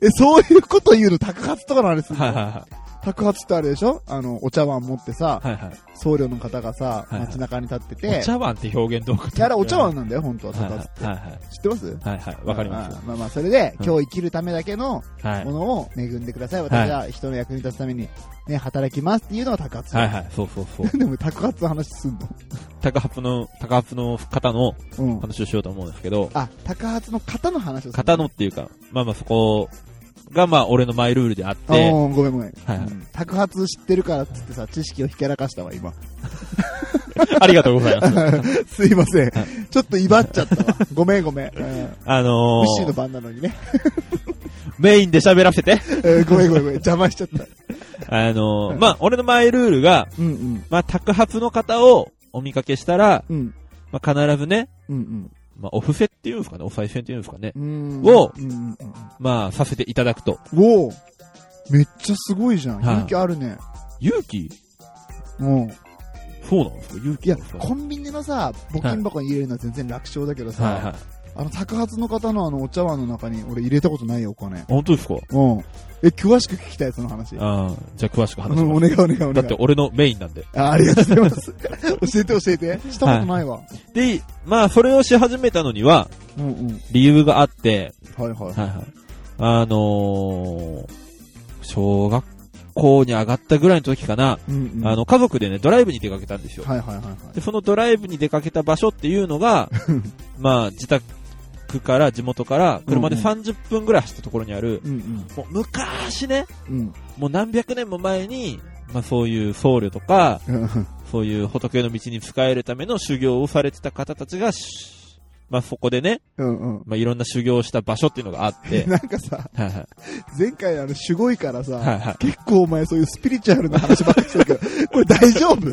[SPEAKER 1] え、そういうこと言うの、宅発とかのあれするの、
[SPEAKER 2] はいは
[SPEAKER 1] 宅発ってあれでしょあの、お茶碗持ってさ、
[SPEAKER 2] いはい。はいはい。
[SPEAKER 1] 僧侶の方がさ、
[SPEAKER 2] はいはい
[SPEAKER 1] 街中に立ってて、
[SPEAKER 2] お茶碗って表現どうか
[SPEAKER 1] いやあれお茶碗なんだよ、本当は、
[SPEAKER 2] はい
[SPEAKER 1] 宅
[SPEAKER 2] はい
[SPEAKER 1] 発って。
[SPEAKER 2] はいはい。
[SPEAKER 1] 知ってます
[SPEAKER 2] はいはい。わかります
[SPEAKER 1] ああまあまあ、それで、
[SPEAKER 2] うん
[SPEAKER 1] 今日生きるためだけの
[SPEAKER 2] はい
[SPEAKER 1] も。のを恵んでください。私は人の役に立つために、ね、働きますっていうのが宅発。
[SPEAKER 2] はいはい。そうそうそう。
[SPEAKER 1] でも、宅発の話すんの
[SPEAKER 2] 高発の、高発の方の
[SPEAKER 1] うん。
[SPEAKER 2] 話をしようと思うんですけど、
[SPEAKER 1] あ、宅発の方の話をする
[SPEAKER 2] 方のっていうか、まあまあそこが、まあ、俺のマイルールであっ
[SPEAKER 1] あー
[SPEAKER 2] て、
[SPEAKER 1] ごめんごめん。
[SPEAKER 2] はい
[SPEAKER 1] うん白髪知ってるからっつってさ、知識をひけらかしたわ、今。
[SPEAKER 2] ありがとうござ います。
[SPEAKER 1] すいません。ちょっと威張っちゃ ったわ。ごめんごめん。うん
[SPEAKER 2] あの
[SPEAKER 1] ウッシーの
[SPEAKER 2] ー、
[SPEAKER 1] 番なのにね。
[SPEAKER 2] メインで喋らせて。
[SPEAKER 1] えーごめんごめんごめん。邪魔しちゃった。
[SPEAKER 2] あのー、まあ、俺のマイルールが、
[SPEAKER 1] うんうん。
[SPEAKER 2] まあ、宅発の方をお見かけしたら、
[SPEAKER 1] うん。
[SPEAKER 2] まあ、必ずね、
[SPEAKER 1] うん
[SPEAKER 2] まあ、お布施っていうんですかね、お賽銭っていうんですかね
[SPEAKER 1] う、ん。
[SPEAKER 2] を
[SPEAKER 1] うんうんうん
[SPEAKER 2] まあ、させていただくと。
[SPEAKER 1] おおめっちゃすごいじゃん。
[SPEAKER 2] はい
[SPEAKER 1] 勇気あるね。
[SPEAKER 2] 勇気
[SPEAKER 1] うん。
[SPEAKER 2] そうなんですか勇
[SPEAKER 1] い
[SPEAKER 2] 気
[SPEAKER 1] や
[SPEAKER 2] なんです、か
[SPEAKER 1] コンビニのさ、募金箱に入れるのは全然楽勝だけど
[SPEAKER 2] はいはい
[SPEAKER 1] さ、。あの、宅発の方のあの、お茶碗の中に俺入れたことないよ、お金。
[SPEAKER 2] 本当ですか
[SPEAKER 1] うん。え、詳しく聞きたい、その話。
[SPEAKER 2] ああ、じゃあ詳しく
[SPEAKER 1] う
[SPEAKER 2] 話し
[SPEAKER 1] んお
[SPEAKER 2] ます。
[SPEAKER 1] 願いお願いお願
[SPEAKER 2] だっ
[SPEAKER 1] い
[SPEAKER 2] て。俺のメインなんで。
[SPEAKER 1] あありがとうございます。 教えて教えて。したことないわ。
[SPEAKER 2] で、まあ、それをし始めたのには、
[SPEAKER 1] うんうん。
[SPEAKER 2] 理由があって、
[SPEAKER 1] はいはい。
[SPEAKER 2] はいはい。あのー、小学校に上がったぐらいの時かな、
[SPEAKER 1] うんうん。
[SPEAKER 2] あ
[SPEAKER 1] はい
[SPEAKER 2] の、家族でね、ドライブに出かけたんですよ。
[SPEAKER 1] はいはいはい。
[SPEAKER 2] で、そのドライブに出かけた場所っていう のが、まあ、自宅から、地元から、車で
[SPEAKER 1] うんうん
[SPEAKER 2] 30分ぐらい走ったところにある、
[SPEAKER 1] うん
[SPEAKER 2] もう昔ね、
[SPEAKER 1] うん。うん。
[SPEAKER 2] もう何百年も前に、まあそういう僧侶とか、
[SPEAKER 1] うん
[SPEAKER 2] そういう仏の道に仕えるための修行をされてた方たちがし、まあそこでね、
[SPEAKER 1] うんうん。
[SPEAKER 2] まあいろんな修行をした場所っていうのがあっ て、
[SPEAKER 1] なんかさ、
[SPEAKER 2] はいはい。
[SPEAKER 1] 前回あの、すごいから
[SPEAKER 2] はい
[SPEAKER 1] さ、
[SPEAKER 2] は
[SPEAKER 1] 結構お前そういうスピリチュアルな話ばっかりしてるけど、これ大丈夫
[SPEAKER 2] い。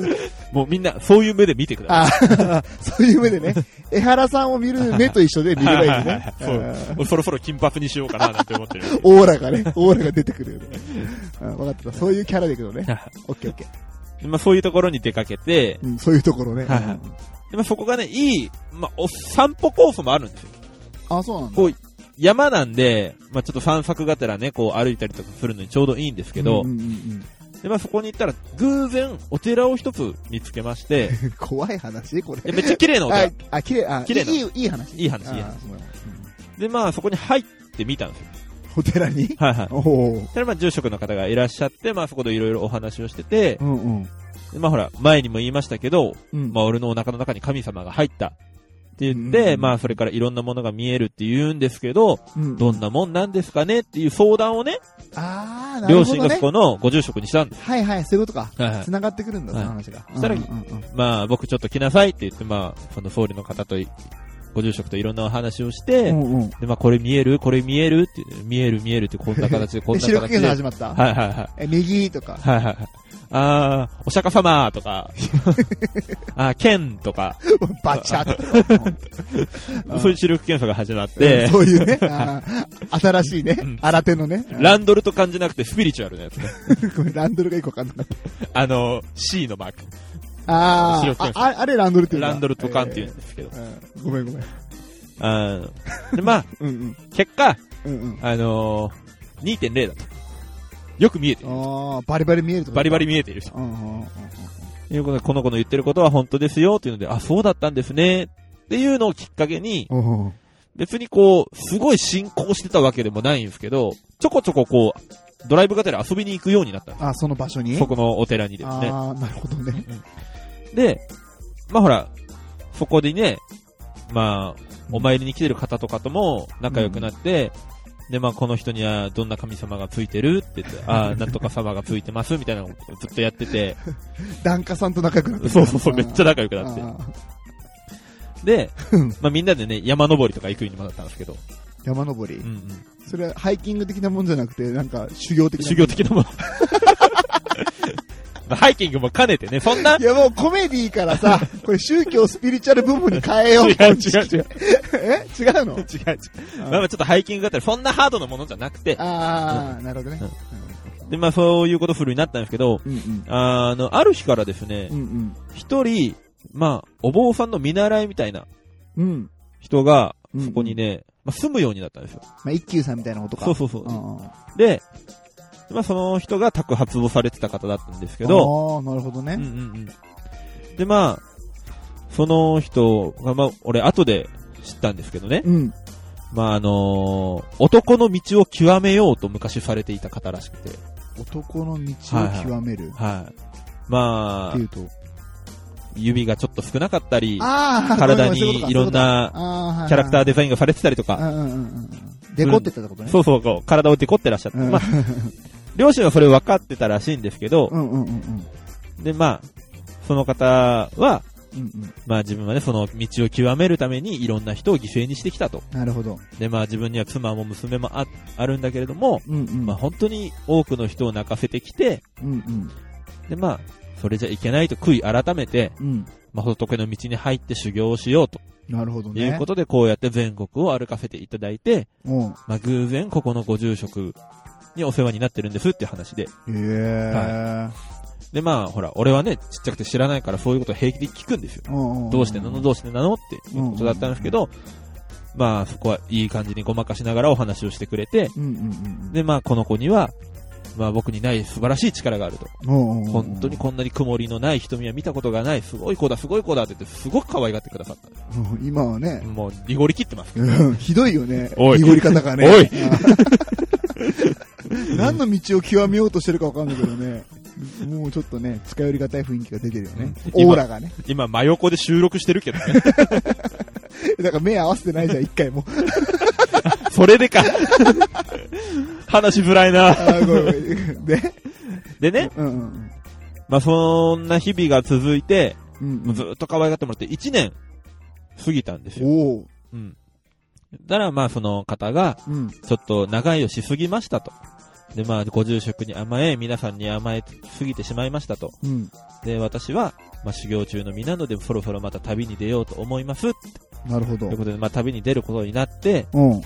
[SPEAKER 2] もうみんな、そういう目で見てください。。
[SPEAKER 1] あーそういう目でね、江原さんを見る目と一緒で見ればいいね
[SPEAKER 2] そう
[SPEAKER 1] あー。
[SPEAKER 2] 俺そろそろ金髪にしようかななんて思ってる。
[SPEAKER 1] オーラがね、オーラが出てくるよね。うん分かってた。そういうキャラだけどね。オッケーオッケー。
[SPEAKER 2] まあそういうところに出かけて、
[SPEAKER 1] うん、そういうところね。
[SPEAKER 2] はいはいでまあそこがね、いい、まあお散歩コースもあるんですよ。
[SPEAKER 1] あ、そうなんだ。
[SPEAKER 2] こう、山なんで、まあちょっと散策がてらね、こう歩いたりとかするのにちょうどいいんですけど、
[SPEAKER 1] うんうんうん
[SPEAKER 2] で、まあそこに行ったら、偶然お寺を一つ見つけまして、
[SPEAKER 1] うん怖い話これ。
[SPEAKER 2] いやめっちゃ綺麗なお
[SPEAKER 1] あ
[SPEAKER 2] 寺。、
[SPEAKER 1] あ、綺麗、あ、
[SPEAKER 2] 綺麗ない
[SPEAKER 1] い、いい話。
[SPEAKER 2] いい話
[SPEAKER 1] あー
[SPEAKER 2] いい話
[SPEAKER 1] そうだ
[SPEAKER 2] で、まあそこに入ってみたんですよ。
[SPEAKER 1] お寺に
[SPEAKER 2] はいはい。
[SPEAKER 1] おお。
[SPEAKER 2] そしたらまあ住職の方がいらっしゃって、まあそこでいろいろお話をしてて
[SPEAKER 1] う、んうん。
[SPEAKER 2] でまあほら、前にも言いましたけど、
[SPEAKER 1] うん
[SPEAKER 2] まあ俺のお腹の中に神様が入ったって言っ
[SPEAKER 1] うんうん
[SPEAKER 2] て、
[SPEAKER 1] うん
[SPEAKER 2] まあそれからいろんなものが見えるって言うんですけど、
[SPEAKER 1] うん
[SPEAKER 2] どんなもんなんですかねっていう相談をね、
[SPEAKER 1] あー、なる
[SPEAKER 2] 両
[SPEAKER 1] ほ
[SPEAKER 2] 親
[SPEAKER 1] ど
[SPEAKER 2] がそ
[SPEAKER 1] ね。
[SPEAKER 2] このご住職にしたんです。
[SPEAKER 1] はいはい、そういうことか。
[SPEAKER 2] はいはい
[SPEAKER 1] 繋がってくるんだ、そ
[SPEAKER 2] はい
[SPEAKER 1] の話が。
[SPEAKER 2] したら
[SPEAKER 1] うんうんうん
[SPEAKER 2] まあ僕ちょっと来なさいって言って、まあその総理の方といご住職といろんなお話をして、
[SPEAKER 1] うんうん
[SPEAKER 2] でまあこれ見えるこれ見えるって言って、見える見えるってこん な形でこん
[SPEAKER 1] え、
[SPEAKER 2] な
[SPEAKER 1] 白
[SPEAKER 2] 形
[SPEAKER 1] く
[SPEAKER 2] で。
[SPEAKER 1] け
[SPEAKER 2] はい
[SPEAKER 1] 始まった
[SPEAKER 2] はいはい。
[SPEAKER 1] え、右とか、
[SPEAKER 2] はいはいはい。あー、お釈迦様とか、あー剣とか、
[SPEAKER 1] バチャッと。
[SPEAKER 2] そういう視力検査が始まっ
[SPEAKER 1] で、
[SPEAKER 2] て、
[SPEAKER 1] そういうね、あー新しいね、新手のね、
[SPEAKER 2] ランドルと感じなくてスピリチュアルなやつね。
[SPEAKER 1] ごめんランドルが一個わかんなかっ
[SPEAKER 2] あの、C のマーク。
[SPEAKER 1] た。あ
[SPEAKER 2] 白
[SPEAKER 1] ー
[SPEAKER 2] く
[SPEAKER 1] あ
[SPEAKER 2] け、
[SPEAKER 1] ああれランドルって言うんだ
[SPEAKER 2] ランドルとカンって言うんですけど
[SPEAKER 1] え。ーうんごめんごめん。
[SPEAKER 2] あーで、まあ、
[SPEAKER 1] うん
[SPEAKER 2] 結果、
[SPEAKER 1] うん。うんうん。
[SPEAKER 2] あのー、2.0だと。よく見えてる。
[SPEAKER 1] あー、バリバリ見えるとか。
[SPEAKER 2] バリバ
[SPEAKER 1] リ。
[SPEAKER 2] リ見えていると。
[SPEAKER 1] うんうんうんうん。
[SPEAKER 2] いうことで、この子の言ってることは本当ですよ、っていうので、あ、そうだったんですね、っていうのをきっかけに、
[SPEAKER 1] おー
[SPEAKER 2] 別にこう、すごい進行してたわけでもないんですけど、ちょこちょここう、ドライブがてら遊びに行くようになったんで
[SPEAKER 1] あ、その場所に
[SPEAKER 2] す。そこのお寺にですね。
[SPEAKER 1] あー、なるほどね。
[SPEAKER 2] で、まあほら、そこでね、まあ、お参りに来てる方とかとも仲良くなって、で、まあこの人にはどんな神様がついてるって言 って、ああ、なんとか様がついてますみたいなのをずっとやって て、
[SPEAKER 1] 檀家さんと仲良くなって
[SPEAKER 2] そうそうそう、めっちゃ
[SPEAKER 1] ゃ
[SPEAKER 2] 仲良くなって。で、まあみんなでね、山登りとか行くようにもなったんですけど、
[SPEAKER 1] 山登り
[SPEAKER 2] うん。うん
[SPEAKER 1] それはハイキング的なもんじゃなくて、なんか修行的な。
[SPEAKER 2] 修行。的な もの。まあハイキングも兼ねてね、そんな、
[SPEAKER 1] いやもうコメディーから さ、これ宗教スピリチュアル部門に変えよう。
[SPEAKER 2] 違う違う違う。
[SPEAKER 1] え違うの
[SPEAKER 2] 違う違う。まあまあちょっとハイキングだったら、そんなハードなものじゃなくて、
[SPEAKER 1] あー、なるほどね。
[SPEAKER 2] で、まあそういうことするようになったんですけど、
[SPEAKER 1] うんうん。
[SPEAKER 2] あの、ある日からですね
[SPEAKER 1] う、ん
[SPEAKER 2] 一人、まあ、お坊さんの見習いみたいな
[SPEAKER 1] うん。うん。
[SPEAKER 2] 人が、
[SPEAKER 1] うん
[SPEAKER 2] そこにね、まあ住むようになったんですよ。
[SPEAKER 1] まあ、一休さんみたいなことか。
[SPEAKER 2] そうそうそう
[SPEAKER 1] う。んうん。
[SPEAKER 2] で、まあその人が宅発をされてた方だったんですけど、
[SPEAKER 1] あー、なるほど
[SPEAKER 2] うんう
[SPEAKER 1] ね。
[SPEAKER 2] んうん。で、まあ、その人が、まあ、俺後で知ったんですけどね、
[SPEAKER 1] うん。
[SPEAKER 2] まああのー男の道を極めようと昔されていた方らしくて、
[SPEAKER 1] 男の道を極める。
[SPEAKER 2] はい。ま
[SPEAKER 1] っ
[SPEAKER 2] あ
[SPEAKER 1] てい、うと。
[SPEAKER 2] 指がちょっと少なかったり、
[SPEAKER 1] あー、
[SPEAKER 2] 体にいろん
[SPEAKER 1] なキ
[SPEAKER 2] な
[SPEAKER 1] ャ
[SPEAKER 2] キャラクター
[SPEAKER 1] で。
[SPEAKER 2] デザインがされてたりと
[SPEAKER 1] う
[SPEAKER 2] か、
[SPEAKER 1] んうんうんうん。デコってたってことね。
[SPEAKER 2] そうそうこう、体をデコってらっしゃった。
[SPEAKER 1] うん
[SPEAKER 2] まあ、両親はそれ分かってたらしいんですけど、
[SPEAKER 1] うんうんうんうん。
[SPEAKER 2] で、まあ、その方は、
[SPEAKER 1] うんうん。
[SPEAKER 2] まあ自分はね、その道を極めるためにいろんな人を犠牲にしてきたと。
[SPEAKER 1] なるほど。
[SPEAKER 2] で、まあ自分には妻も娘もああるんだけれども、
[SPEAKER 1] うんうん。
[SPEAKER 2] まあ本当に多くの人を泣かせてきて、
[SPEAKER 1] うんうん。
[SPEAKER 2] で、まあ、それじゃいけないと悔い改めて、
[SPEAKER 1] うん。
[SPEAKER 2] まあ仏の道に入って修行をしようと
[SPEAKER 1] なるほどね。
[SPEAKER 2] いうことで、こうやって全国を歩かせていただいて、
[SPEAKER 1] うん。
[SPEAKER 2] まあ偶然ここのご住職にお世話になってるんですっていう話で。
[SPEAKER 1] へえ。
[SPEAKER 2] で、まあほら、俺はね、ちっちゃくて知らないからそういうことを平気で聞くんですよ。ど
[SPEAKER 1] ど
[SPEAKER 2] うしてなのどうしてなのっていうことだったんですけど、まあそこはいい感じにごまかしながらお話をしてくれて、
[SPEAKER 1] うんうんうん。
[SPEAKER 2] でまあこの子には、まあ僕にない素晴らしい力があると。
[SPEAKER 1] うんうんうん、
[SPEAKER 2] 本当にこんなに曇りのない瞳は見たことがない、すごい子だ、すごい子だって言って、すごく可愛がってくださった。
[SPEAKER 1] うん。今はね、
[SPEAKER 2] もう、濁り切ってますけど。
[SPEAKER 1] うんひどいよね。
[SPEAKER 2] おい
[SPEAKER 1] 濁り方がね。
[SPEAKER 2] おい
[SPEAKER 1] うん何の道を極めようとしてるかわかんないけどね。もうちょっとね、近寄りがたい雰囲気が出てるよね。
[SPEAKER 2] うん
[SPEAKER 1] オーラがね。
[SPEAKER 2] 今、真横で収録してるけど ね。
[SPEAKER 1] だから目合わせてないじゃん、一回 も。
[SPEAKER 2] それでか。 話しづらいな。
[SPEAKER 1] あーごめん ごめんで、
[SPEAKER 2] でね、
[SPEAKER 1] うんうん
[SPEAKER 2] まあ、そんな日々が続いて、
[SPEAKER 1] うん。
[SPEAKER 2] もうずっと可愛がってもらって1年過ぎたんですよ。
[SPEAKER 1] おお。
[SPEAKER 2] うん。だから、まあ、その方が、
[SPEAKER 1] うん。
[SPEAKER 2] ちょっと長いをしすぎましたと。で、まあ、ご住職に甘え、皆さんに甘えすぎてしまいましたと。
[SPEAKER 1] うん。
[SPEAKER 2] で、私は、まあ、修行中の身なので、そろそろまた旅に出ようと思います。
[SPEAKER 1] なるほど
[SPEAKER 2] という。ことで、まあ、旅に出ることになって、
[SPEAKER 1] うん。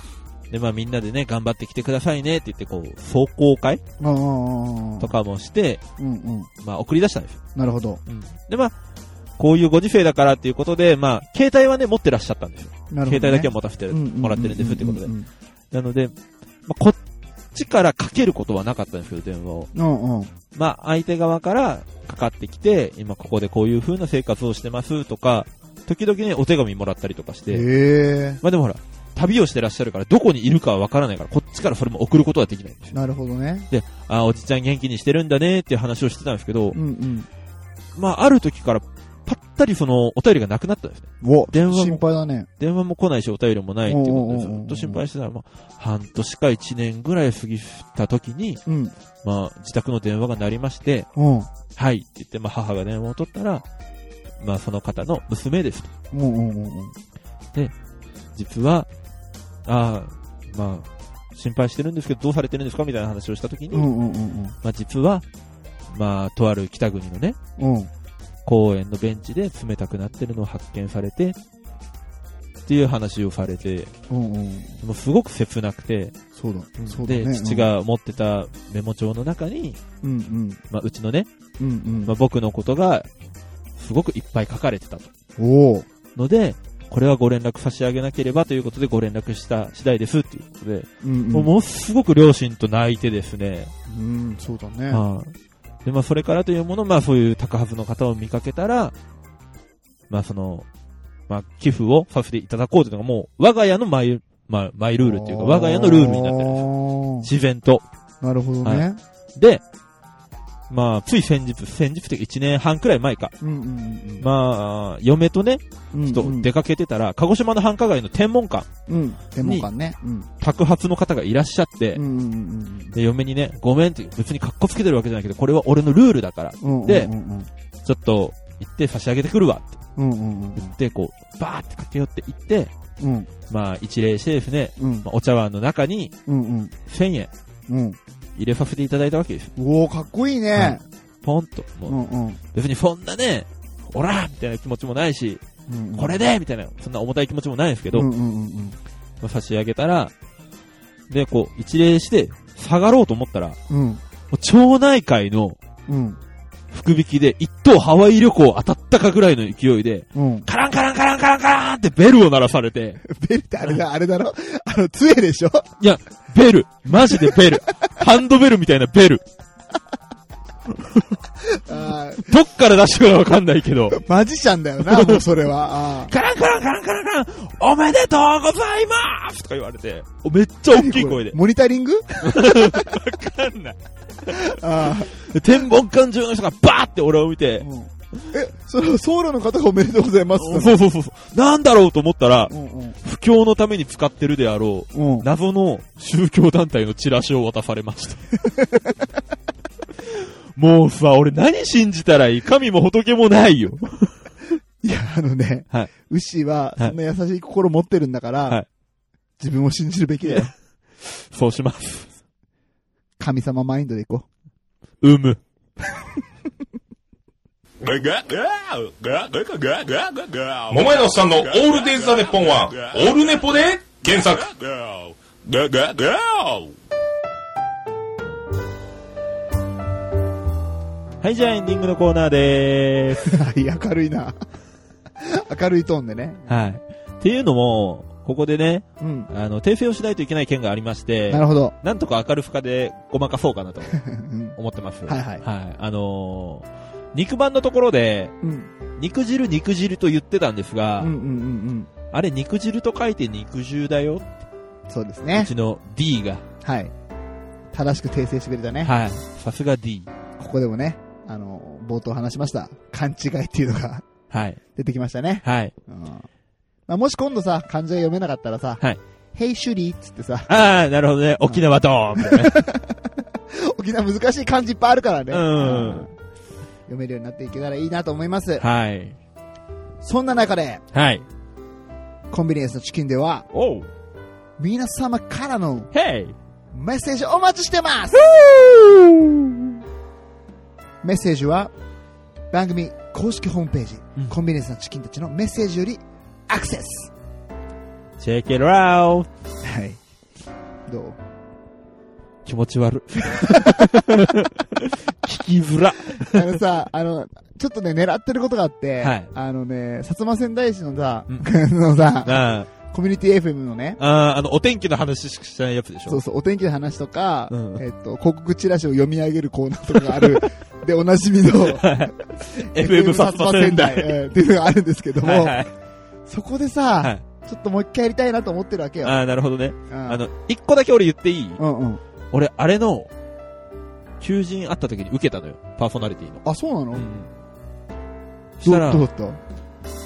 [SPEAKER 2] で、まあ、みんなでね、頑張ってきてくださいねって言って、こう、壮行会
[SPEAKER 1] ああ。
[SPEAKER 2] と。かもして、
[SPEAKER 1] うんうん。
[SPEAKER 2] まあ、送り出したんです。
[SPEAKER 1] なるほど。
[SPEAKER 2] うん。で、まあ、こういうご時世だからっていうことで、まあ、携帯はね、持ってらっしゃったんですよ。
[SPEAKER 1] なるほど、ね。
[SPEAKER 2] 携帯だけは持たせて
[SPEAKER 1] うんうんうんうん
[SPEAKER 2] もらってるんですってことで
[SPEAKER 1] う。ん
[SPEAKER 2] なので、まあ、こっちからかけることはなかったんですけど、電話を。
[SPEAKER 1] うんうん。
[SPEAKER 2] まあ、相手側からかかってきて、今ここでこういう風な生活をしてますとか、時々ね、お手紙もらったりとかし
[SPEAKER 1] へ
[SPEAKER 2] て、
[SPEAKER 1] え。
[SPEAKER 2] まあでもほら、旅をしてらっしゃるから、どこにいるかはわからないから、こっちからそれも送ることはできないんですよ。
[SPEAKER 1] なるほどね。
[SPEAKER 2] で、あーおじちゃん元気にしてるんだねっていう話をしてたんですけ
[SPEAKER 1] う、
[SPEAKER 2] ど
[SPEAKER 1] ん
[SPEAKER 2] まあ、ある時から、ぱったりその、お便りがなくなったんですね。
[SPEAKER 1] うん。お、
[SPEAKER 2] 電話も
[SPEAKER 1] 心配だね。
[SPEAKER 2] 電話も来ないし、お便りもないっていうことで、
[SPEAKER 1] おうおうおうおう
[SPEAKER 2] ずっと心配してたら、まあ、半年か1年ぐらい過ぎた時に、
[SPEAKER 1] うん。
[SPEAKER 2] まあ、自宅の電話が鳴りまして、
[SPEAKER 1] うん。うん
[SPEAKER 2] はいって言って、まあ、母が電話を取ったら、まあ、その方の娘ですと。
[SPEAKER 1] うんうんうん。
[SPEAKER 2] 実は、ああ、まあ、心配してるんですけど、どうされてるんですかみたいな話をした時に、
[SPEAKER 1] うんうんうん
[SPEAKER 2] まあ、実は、まあ、とある北国のね、
[SPEAKER 1] うん。うん。
[SPEAKER 2] 公園のベンチで冷たくなってるのを発見されて、っていう話をされて、
[SPEAKER 1] うんうん。
[SPEAKER 2] もうすごく切なくて、
[SPEAKER 1] そうだ。そうだね。
[SPEAKER 2] で、父が持ってたメモ帳の中に、
[SPEAKER 1] うん。うん
[SPEAKER 2] まあ、うちのね、
[SPEAKER 1] うん。うん
[SPEAKER 2] まあ、僕のことが、すごくいっぱい書かれてたと。
[SPEAKER 1] うん。おお。
[SPEAKER 2] ので、これはご連絡差し上げなければということでご連絡した次第ですっていうことで、
[SPEAKER 1] うん
[SPEAKER 2] もうものすごく両親と泣いてですね、
[SPEAKER 1] うん。うん、そうだね。
[SPEAKER 2] はい。で、まあ、それからというもの、まあ、そういう高発の方を見かけたら、まあ、その、まあ、寄付をさせていただこうというのがもう、我が家のマイ、まあ、マイルールっていうか、我が家のルールになってるんですよ。
[SPEAKER 1] ん
[SPEAKER 2] 自然と。
[SPEAKER 1] なるほど
[SPEAKER 2] は
[SPEAKER 1] ね。
[SPEAKER 2] で、まあ、つい先日、先日って1年半くらい前か。
[SPEAKER 1] うんうんうん。
[SPEAKER 2] まあ、嫁とね、
[SPEAKER 1] うんうん、
[SPEAKER 2] ちょっと出かけてたら、鹿児島の繁華街の天文館、
[SPEAKER 1] うん。天文館ね。うん。
[SPEAKER 2] 宅発の方がいらっしゃって
[SPEAKER 1] うん、うん
[SPEAKER 2] で、嫁にね、ごめんって、別に格好つけてるわけじゃないけど、これは俺のルールだから、
[SPEAKER 1] うんうん。
[SPEAKER 2] で
[SPEAKER 1] うんうん
[SPEAKER 2] ちょっと、行って差し上げてくるわって
[SPEAKER 1] うんうん
[SPEAKER 2] 言って、こう、バーって駆け寄って行って、
[SPEAKER 1] うん。うん
[SPEAKER 2] まあ、一礼してですね、
[SPEAKER 1] うん
[SPEAKER 2] まあお茶碗の中に
[SPEAKER 1] うん
[SPEAKER 2] 1000円
[SPEAKER 1] うん。
[SPEAKER 2] 入れさせていただいたわけですよ。
[SPEAKER 1] うん。おおかっこいいね。
[SPEAKER 2] ポンと。
[SPEAKER 1] う
[SPEAKER 2] もうん
[SPEAKER 1] うん。
[SPEAKER 2] 別にそんなね、おらみたいな気持ちもないし、
[SPEAKER 1] うんうん
[SPEAKER 2] これでみたいな、そんな重たい気持ちもないんですけど、
[SPEAKER 1] うん
[SPEAKER 2] ま
[SPEAKER 1] うんうん
[SPEAKER 2] あ差し上げたら、で、こう、一礼して、下がろうと思ったら、も
[SPEAKER 1] うん。うん
[SPEAKER 2] う町内会の
[SPEAKER 1] うん
[SPEAKER 2] 福引きで、一等ハワイ旅行当たったかぐらいの勢いで、
[SPEAKER 1] うん。
[SPEAKER 2] カランカランカランカランカランってベルを鳴らされて、
[SPEAKER 1] ベルってあれだ、あれだろあの、杖でしょ
[SPEAKER 2] いや、ベルマジでベル ハンドベルみたいなベル
[SPEAKER 1] あー
[SPEAKER 2] どっから出してくるかわかんないけど、
[SPEAKER 1] マジシャンだよ な、もうそれは。あ
[SPEAKER 2] カランカランカランカランカランおめでとうございますとか言われて、おめっちゃ
[SPEAKER 1] ー
[SPEAKER 2] 大きい声で。
[SPEAKER 1] モニタリング
[SPEAKER 2] わかんない。
[SPEAKER 1] あ
[SPEAKER 2] で天文館中の人がバーって俺を見
[SPEAKER 1] ー
[SPEAKER 2] て
[SPEAKER 1] う、んえ、その、僧侶の方がおめでとうございます
[SPEAKER 2] そうそうそうそう。なんだろうと思ったら、
[SPEAKER 1] うんうん。
[SPEAKER 2] 布教のために使ってるであろう、
[SPEAKER 1] うん。
[SPEAKER 2] 謎の宗教団体のチラシを渡されました。 もうさ、俺何信じたらいい神も仏もないよ。
[SPEAKER 1] いや、あのね、
[SPEAKER 2] はい
[SPEAKER 1] 牛は、
[SPEAKER 2] はい
[SPEAKER 1] そんな優しい心持ってるんだから、
[SPEAKER 2] はい
[SPEAKER 1] 自分を信じるべきだよ。
[SPEAKER 2] そうします。
[SPEAKER 1] 神様マインドでいこ
[SPEAKER 2] うむ。
[SPEAKER 7] 桃屋のおっさんのオールデイズ・ザ・ネッポンは、オールネポで原作。
[SPEAKER 2] はい、じゃあエンディングのコーナーでーす。
[SPEAKER 1] う。 はい、明るいな。明るいトーンでね。
[SPEAKER 2] はい。っていうのも、ここでね、
[SPEAKER 1] うん。
[SPEAKER 2] あの、訂正をしないといけない件がありまして、
[SPEAKER 1] なるほど。
[SPEAKER 2] なんとか明るふかでごまかそうかなと
[SPEAKER 1] うん。
[SPEAKER 2] 思ってます。
[SPEAKER 1] はいはい
[SPEAKER 2] あのー肉まんのところで、
[SPEAKER 1] うん。
[SPEAKER 2] 肉汁肉汁と言ってたんです
[SPEAKER 1] う
[SPEAKER 2] が、
[SPEAKER 1] んうんうん
[SPEAKER 2] あれ肉汁と書いて肉汁だよ。
[SPEAKER 1] うん。そうです
[SPEAKER 2] う
[SPEAKER 1] ね。
[SPEAKER 2] ちの D が。
[SPEAKER 1] はい。正しく訂正してくれたね。
[SPEAKER 2] はい。さすが D。
[SPEAKER 1] ここでもね、あの、冒頭話しました。勘違いっていうのが
[SPEAKER 2] はい。
[SPEAKER 1] 出てきましたね。
[SPEAKER 2] はい。
[SPEAKER 1] うん。まあ、もし今度さ、漢字が読めなかったらさ、
[SPEAKER 2] はい。
[SPEAKER 1] ヘイシュリーっつってさ、
[SPEAKER 2] ああ、なるほどね。沖縄ドーンみたいなね。
[SPEAKER 1] 沖縄難しい漢字いっぱいあるからね。
[SPEAKER 2] うん
[SPEAKER 1] 読めるようになっていけたらいいなと思います。
[SPEAKER 2] はい。
[SPEAKER 1] そんな中で、
[SPEAKER 2] はい。
[SPEAKER 1] コンビニエンスのチキンでは、
[SPEAKER 2] おう。
[SPEAKER 1] 皆様からの
[SPEAKER 2] ヘイ
[SPEAKER 1] メッセージお待ちしてますメッセージは、番組公式ホームページ、
[SPEAKER 2] うん
[SPEAKER 1] コンビニエンスのチキンたちのメッセージよりアクセス
[SPEAKER 2] !Check it out!
[SPEAKER 1] はい。どう
[SPEAKER 2] 気持ち悪 い。聞きづら。
[SPEAKER 1] あのさ、あの、ちょっとね、狙ってることがあって、
[SPEAKER 2] はい
[SPEAKER 1] あのね、薩摩仙台市のさ、
[SPEAKER 2] うん
[SPEAKER 1] のさ、
[SPEAKER 2] あ
[SPEAKER 1] コミュニティ FM のね、
[SPEAKER 2] あ、あの、お天気の話しかしないやつでしょ
[SPEAKER 1] そうそう、お天気の話とか、
[SPEAKER 2] うん
[SPEAKER 1] えっと、広告チラシを読み上げるコーナーとかがあ る、で、おなじみの、
[SPEAKER 2] FM 薩摩仙台。
[SPEAKER 1] えーっていうのがあるんですけども、
[SPEAKER 2] はいはい。
[SPEAKER 1] そこでさ、
[SPEAKER 2] はい
[SPEAKER 1] ちょっともう一回やりたいなと思ってるわけよ。
[SPEAKER 2] ああ、なるほどね。
[SPEAKER 1] うん
[SPEAKER 2] あの、一個だけ俺言っていい
[SPEAKER 1] うんうん。
[SPEAKER 2] 俺、あれの、求人あった時に受けたのよ。パーソナリティの。
[SPEAKER 1] あ、そうなの、ど
[SPEAKER 2] う。
[SPEAKER 1] うん
[SPEAKER 2] そしたら、
[SPEAKER 1] どうだっ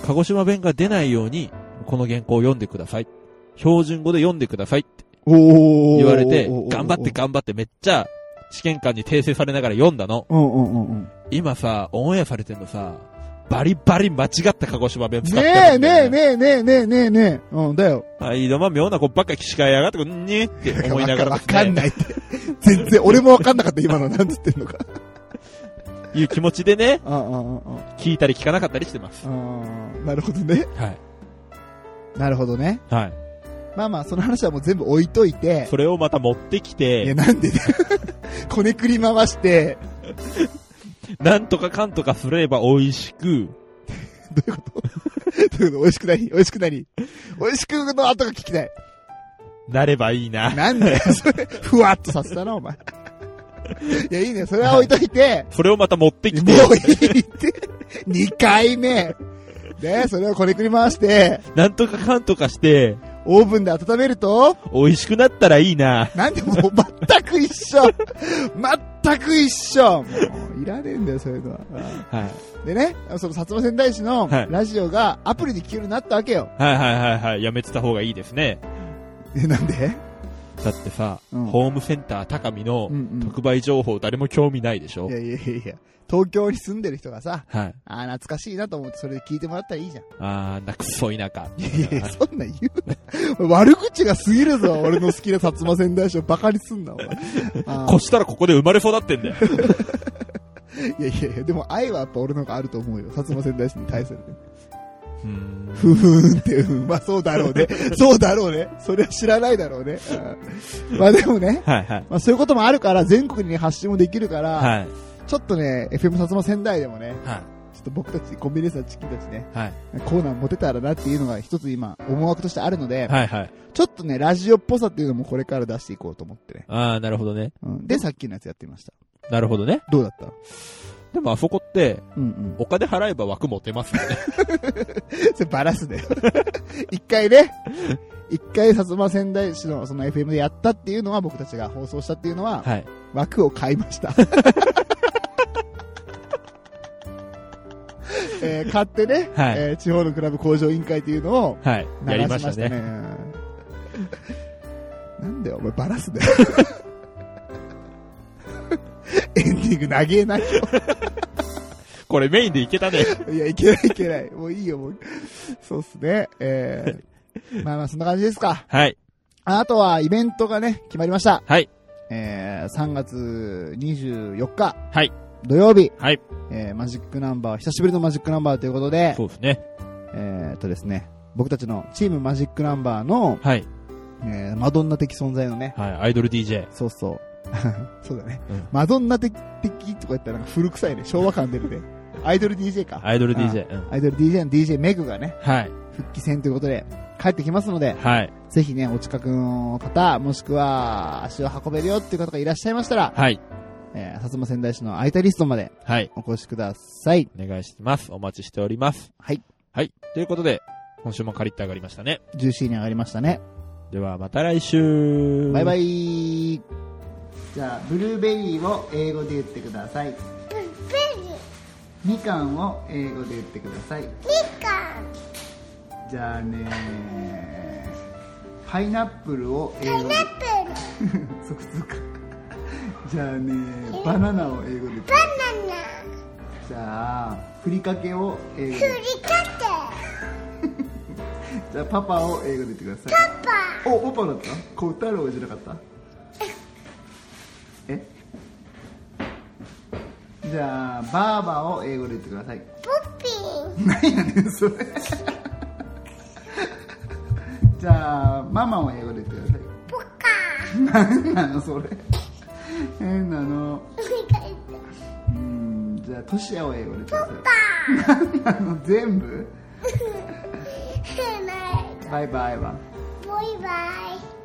[SPEAKER 2] 鹿児島弁が出ないように、この原稿を読んでください。標準語で読んでくださいって
[SPEAKER 1] おー
[SPEAKER 2] 言われて、
[SPEAKER 1] おー
[SPEAKER 2] 頑張って頑張ってめっちゃ試験官に訂正されながら読んだの。
[SPEAKER 1] うんうんうんうん。
[SPEAKER 2] 今さ、オンエアされてんのさ、バリバリ間違った鹿児島弁使って
[SPEAKER 1] ねえねえねえねえねえねえねえ。うん、だよ。
[SPEAKER 2] え。はい、どま妙な子ばっかり司会やがって、んにって思いながら
[SPEAKER 1] わ
[SPEAKER 2] で
[SPEAKER 1] か
[SPEAKER 2] す
[SPEAKER 1] ん
[SPEAKER 2] ね、
[SPEAKER 1] ないって。全然、俺もわかんなかった、今の。なんつってんのか。
[SPEAKER 2] いう気持ちでね、
[SPEAKER 1] ああ、ああ、
[SPEAKER 2] 聞いたり聞かなかったりしてます。
[SPEAKER 1] ああ。なるほどね。
[SPEAKER 2] はい。
[SPEAKER 1] なるほどね。
[SPEAKER 2] はい。
[SPEAKER 1] まあまあ、その話はもう全部置いといて、
[SPEAKER 2] それをまた持って
[SPEAKER 1] い
[SPEAKER 2] き
[SPEAKER 1] や、
[SPEAKER 2] て、
[SPEAKER 1] なんでだよ こねくり回して、
[SPEAKER 2] なんとかかんとかすれば美味しく、
[SPEAKER 1] どういうことどういうこと美味しくなり美味しくなり美味しくの後が聞きたい。
[SPEAKER 2] なればいいな。
[SPEAKER 1] なんだよ、それ。ふわっとさせたな、お前。いや、いいね。それは置いといて、
[SPEAKER 2] それをまた持ってき
[SPEAKER 1] も
[SPEAKER 2] て、
[SPEAKER 1] ういいって。2回目。ね、それをこねくり回して、
[SPEAKER 2] なんとかかんとかして、
[SPEAKER 1] オーブンで温めると、
[SPEAKER 2] 美味しくなったらいいな。
[SPEAKER 1] なんでもう全く一緒全く一緒もういらねえんだよ、そういうのは。
[SPEAKER 2] はい。
[SPEAKER 1] でね、その薩摩仙台市の
[SPEAKER 2] はい
[SPEAKER 1] ラジオがアプリで聞けるようになったわけよ。
[SPEAKER 2] はいはいはいはい。やめてた方がいいですね。
[SPEAKER 1] え、なんで
[SPEAKER 2] だってさ、
[SPEAKER 1] うん
[SPEAKER 2] ホームセンター高見の
[SPEAKER 1] うんうん
[SPEAKER 2] 特売情報誰も興味ないでしょ、
[SPEAKER 1] いやいやいやいや、東京に住んでる人がさ、
[SPEAKER 2] はい。
[SPEAKER 1] あー懐かしいなと思ってそれで聞いてもらったらいいじゃん。
[SPEAKER 2] あー、なくそ田舎。
[SPEAKER 1] いやい や、そんなん言うな。悪口が過ぎるぞ、俺の好きな薩摩仙台市をバカにすんな、お前。あー
[SPEAKER 2] こしたらここで生まれ育ってんだよ。
[SPEAKER 1] いやいやいや、でも愛はやっぱ俺の方があると思うよ、薩摩仙台市に対するね。
[SPEAKER 2] うん
[SPEAKER 1] ふーんって、うんまあそうだろう ね。そうだろうね。それは知らないだろうね。うんまあでもね、
[SPEAKER 2] はいはい。
[SPEAKER 1] まあそういうこともあるから、全国に発信もできるから、
[SPEAKER 2] はい。
[SPEAKER 1] ちょっとね、FM 薩摩仙台でもね、
[SPEAKER 2] は
[SPEAKER 1] ちょっと僕たち、コンビニエンスのチキンたちね、
[SPEAKER 2] い。はい。
[SPEAKER 1] コーナー持てたらなっていうのが一つ今、思惑としてあるので、
[SPEAKER 2] はいはい。
[SPEAKER 1] ちょっとね、ラジオっぽさっていうのもこれから出していこうと思ってね。
[SPEAKER 2] あー、なるほどね。
[SPEAKER 1] うん、で、さっきのやつやってみました。
[SPEAKER 2] なるほどね。
[SPEAKER 1] どうだった
[SPEAKER 2] でもあそこって、
[SPEAKER 1] うんうん。
[SPEAKER 2] お金払えば枠持てますよね。
[SPEAKER 1] それバラすね。 一回 ね、一回薩摩仙台市のその FM でやったっていうのは、僕たちが放送したっていうのは、
[SPEAKER 2] はい。
[SPEAKER 1] 枠を買いました。買ってね、
[SPEAKER 2] はい
[SPEAKER 1] えー地方のクラブ工場委員会っていうのを
[SPEAKER 2] はい。
[SPEAKER 1] 流
[SPEAKER 2] や
[SPEAKER 1] しま
[SPEAKER 2] りまし
[SPEAKER 1] したたね。
[SPEAKER 2] ね。
[SPEAKER 1] なんだよ、お前バラすね。 エンディング長えな。い
[SPEAKER 2] これメインでいけたね。
[SPEAKER 1] や、いけないいけない。もういいよ、もう。そうっすね。えー、まあまあ、そんな感じですか。
[SPEAKER 2] はい。
[SPEAKER 1] あとは、イベントがね、決まりました。
[SPEAKER 2] はい。
[SPEAKER 1] えー、3月24日。
[SPEAKER 2] はい。
[SPEAKER 1] 土曜日。
[SPEAKER 2] はい。
[SPEAKER 1] えー、マジックナンバー、久しぶりのマジックナンバーということで、
[SPEAKER 2] そうですね。
[SPEAKER 1] えーっとですね、僕たちのチームマジックナンバーの、
[SPEAKER 2] はい。
[SPEAKER 1] えー、マドンナ的存在のね、
[SPEAKER 2] はい。アイドル DJ。
[SPEAKER 1] そうそう。 そうだね。
[SPEAKER 2] うん
[SPEAKER 1] マドンナ的的とか言ったらなんか古臭いね。昭和感出る ね。アイドル DJ か。
[SPEAKER 2] アイドル
[SPEAKER 1] あ
[SPEAKER 2] DJ。うん。
[SPEAKER 1] アイドル DJ の DJ メグがね、
[SPEAKER 2] はい。
[SPEAKER 1] 復帰戦ということで、帰ってきますので、
[SPEAKER 2] はい。
[SPEAKER 1] ぜひね、お近くの方、もしくは、足を運べるよっていう方がいらっしゃいましたら、
[SPEAKER 2] はい。
[SPEAKER 1] えー、薩摩仙台市のアイタリストまで
[SPEAKER 2] はい。
[SPEAKER 1] お越しください。
[SPEAKER 2] お願いします。お待ちしております。
[SPEAKER 1] はい。
[SPEAKER 2] はい。ということで、今週も借りて上がりましたね。
[SPEAKER 1] ジューシーに上がりましたね。
[SPEAKER 2] では、また来週。
[SPEAKER 1] バイバイ。じゃあ、ブルーベリーを英語で言ってください。みかんを英語で言ってください。じゃあねパイナップルを英語で。即通か。じゃあねバナナを英語で。じゃあ、ふりかけを英語で。じゃあ、パパを英語で言ってください。お、パパだった小太郎じゃなかったえじゃあ、バーバーを英語で言ってください。何やねん、それ。じゃあ、ママを英語で言ってください。何なの、それ。変なの。うん、じゃあ、トシヤを英語で言ってください。何なの、全部バイバイは。
[SPEAKER 5] Bye bye.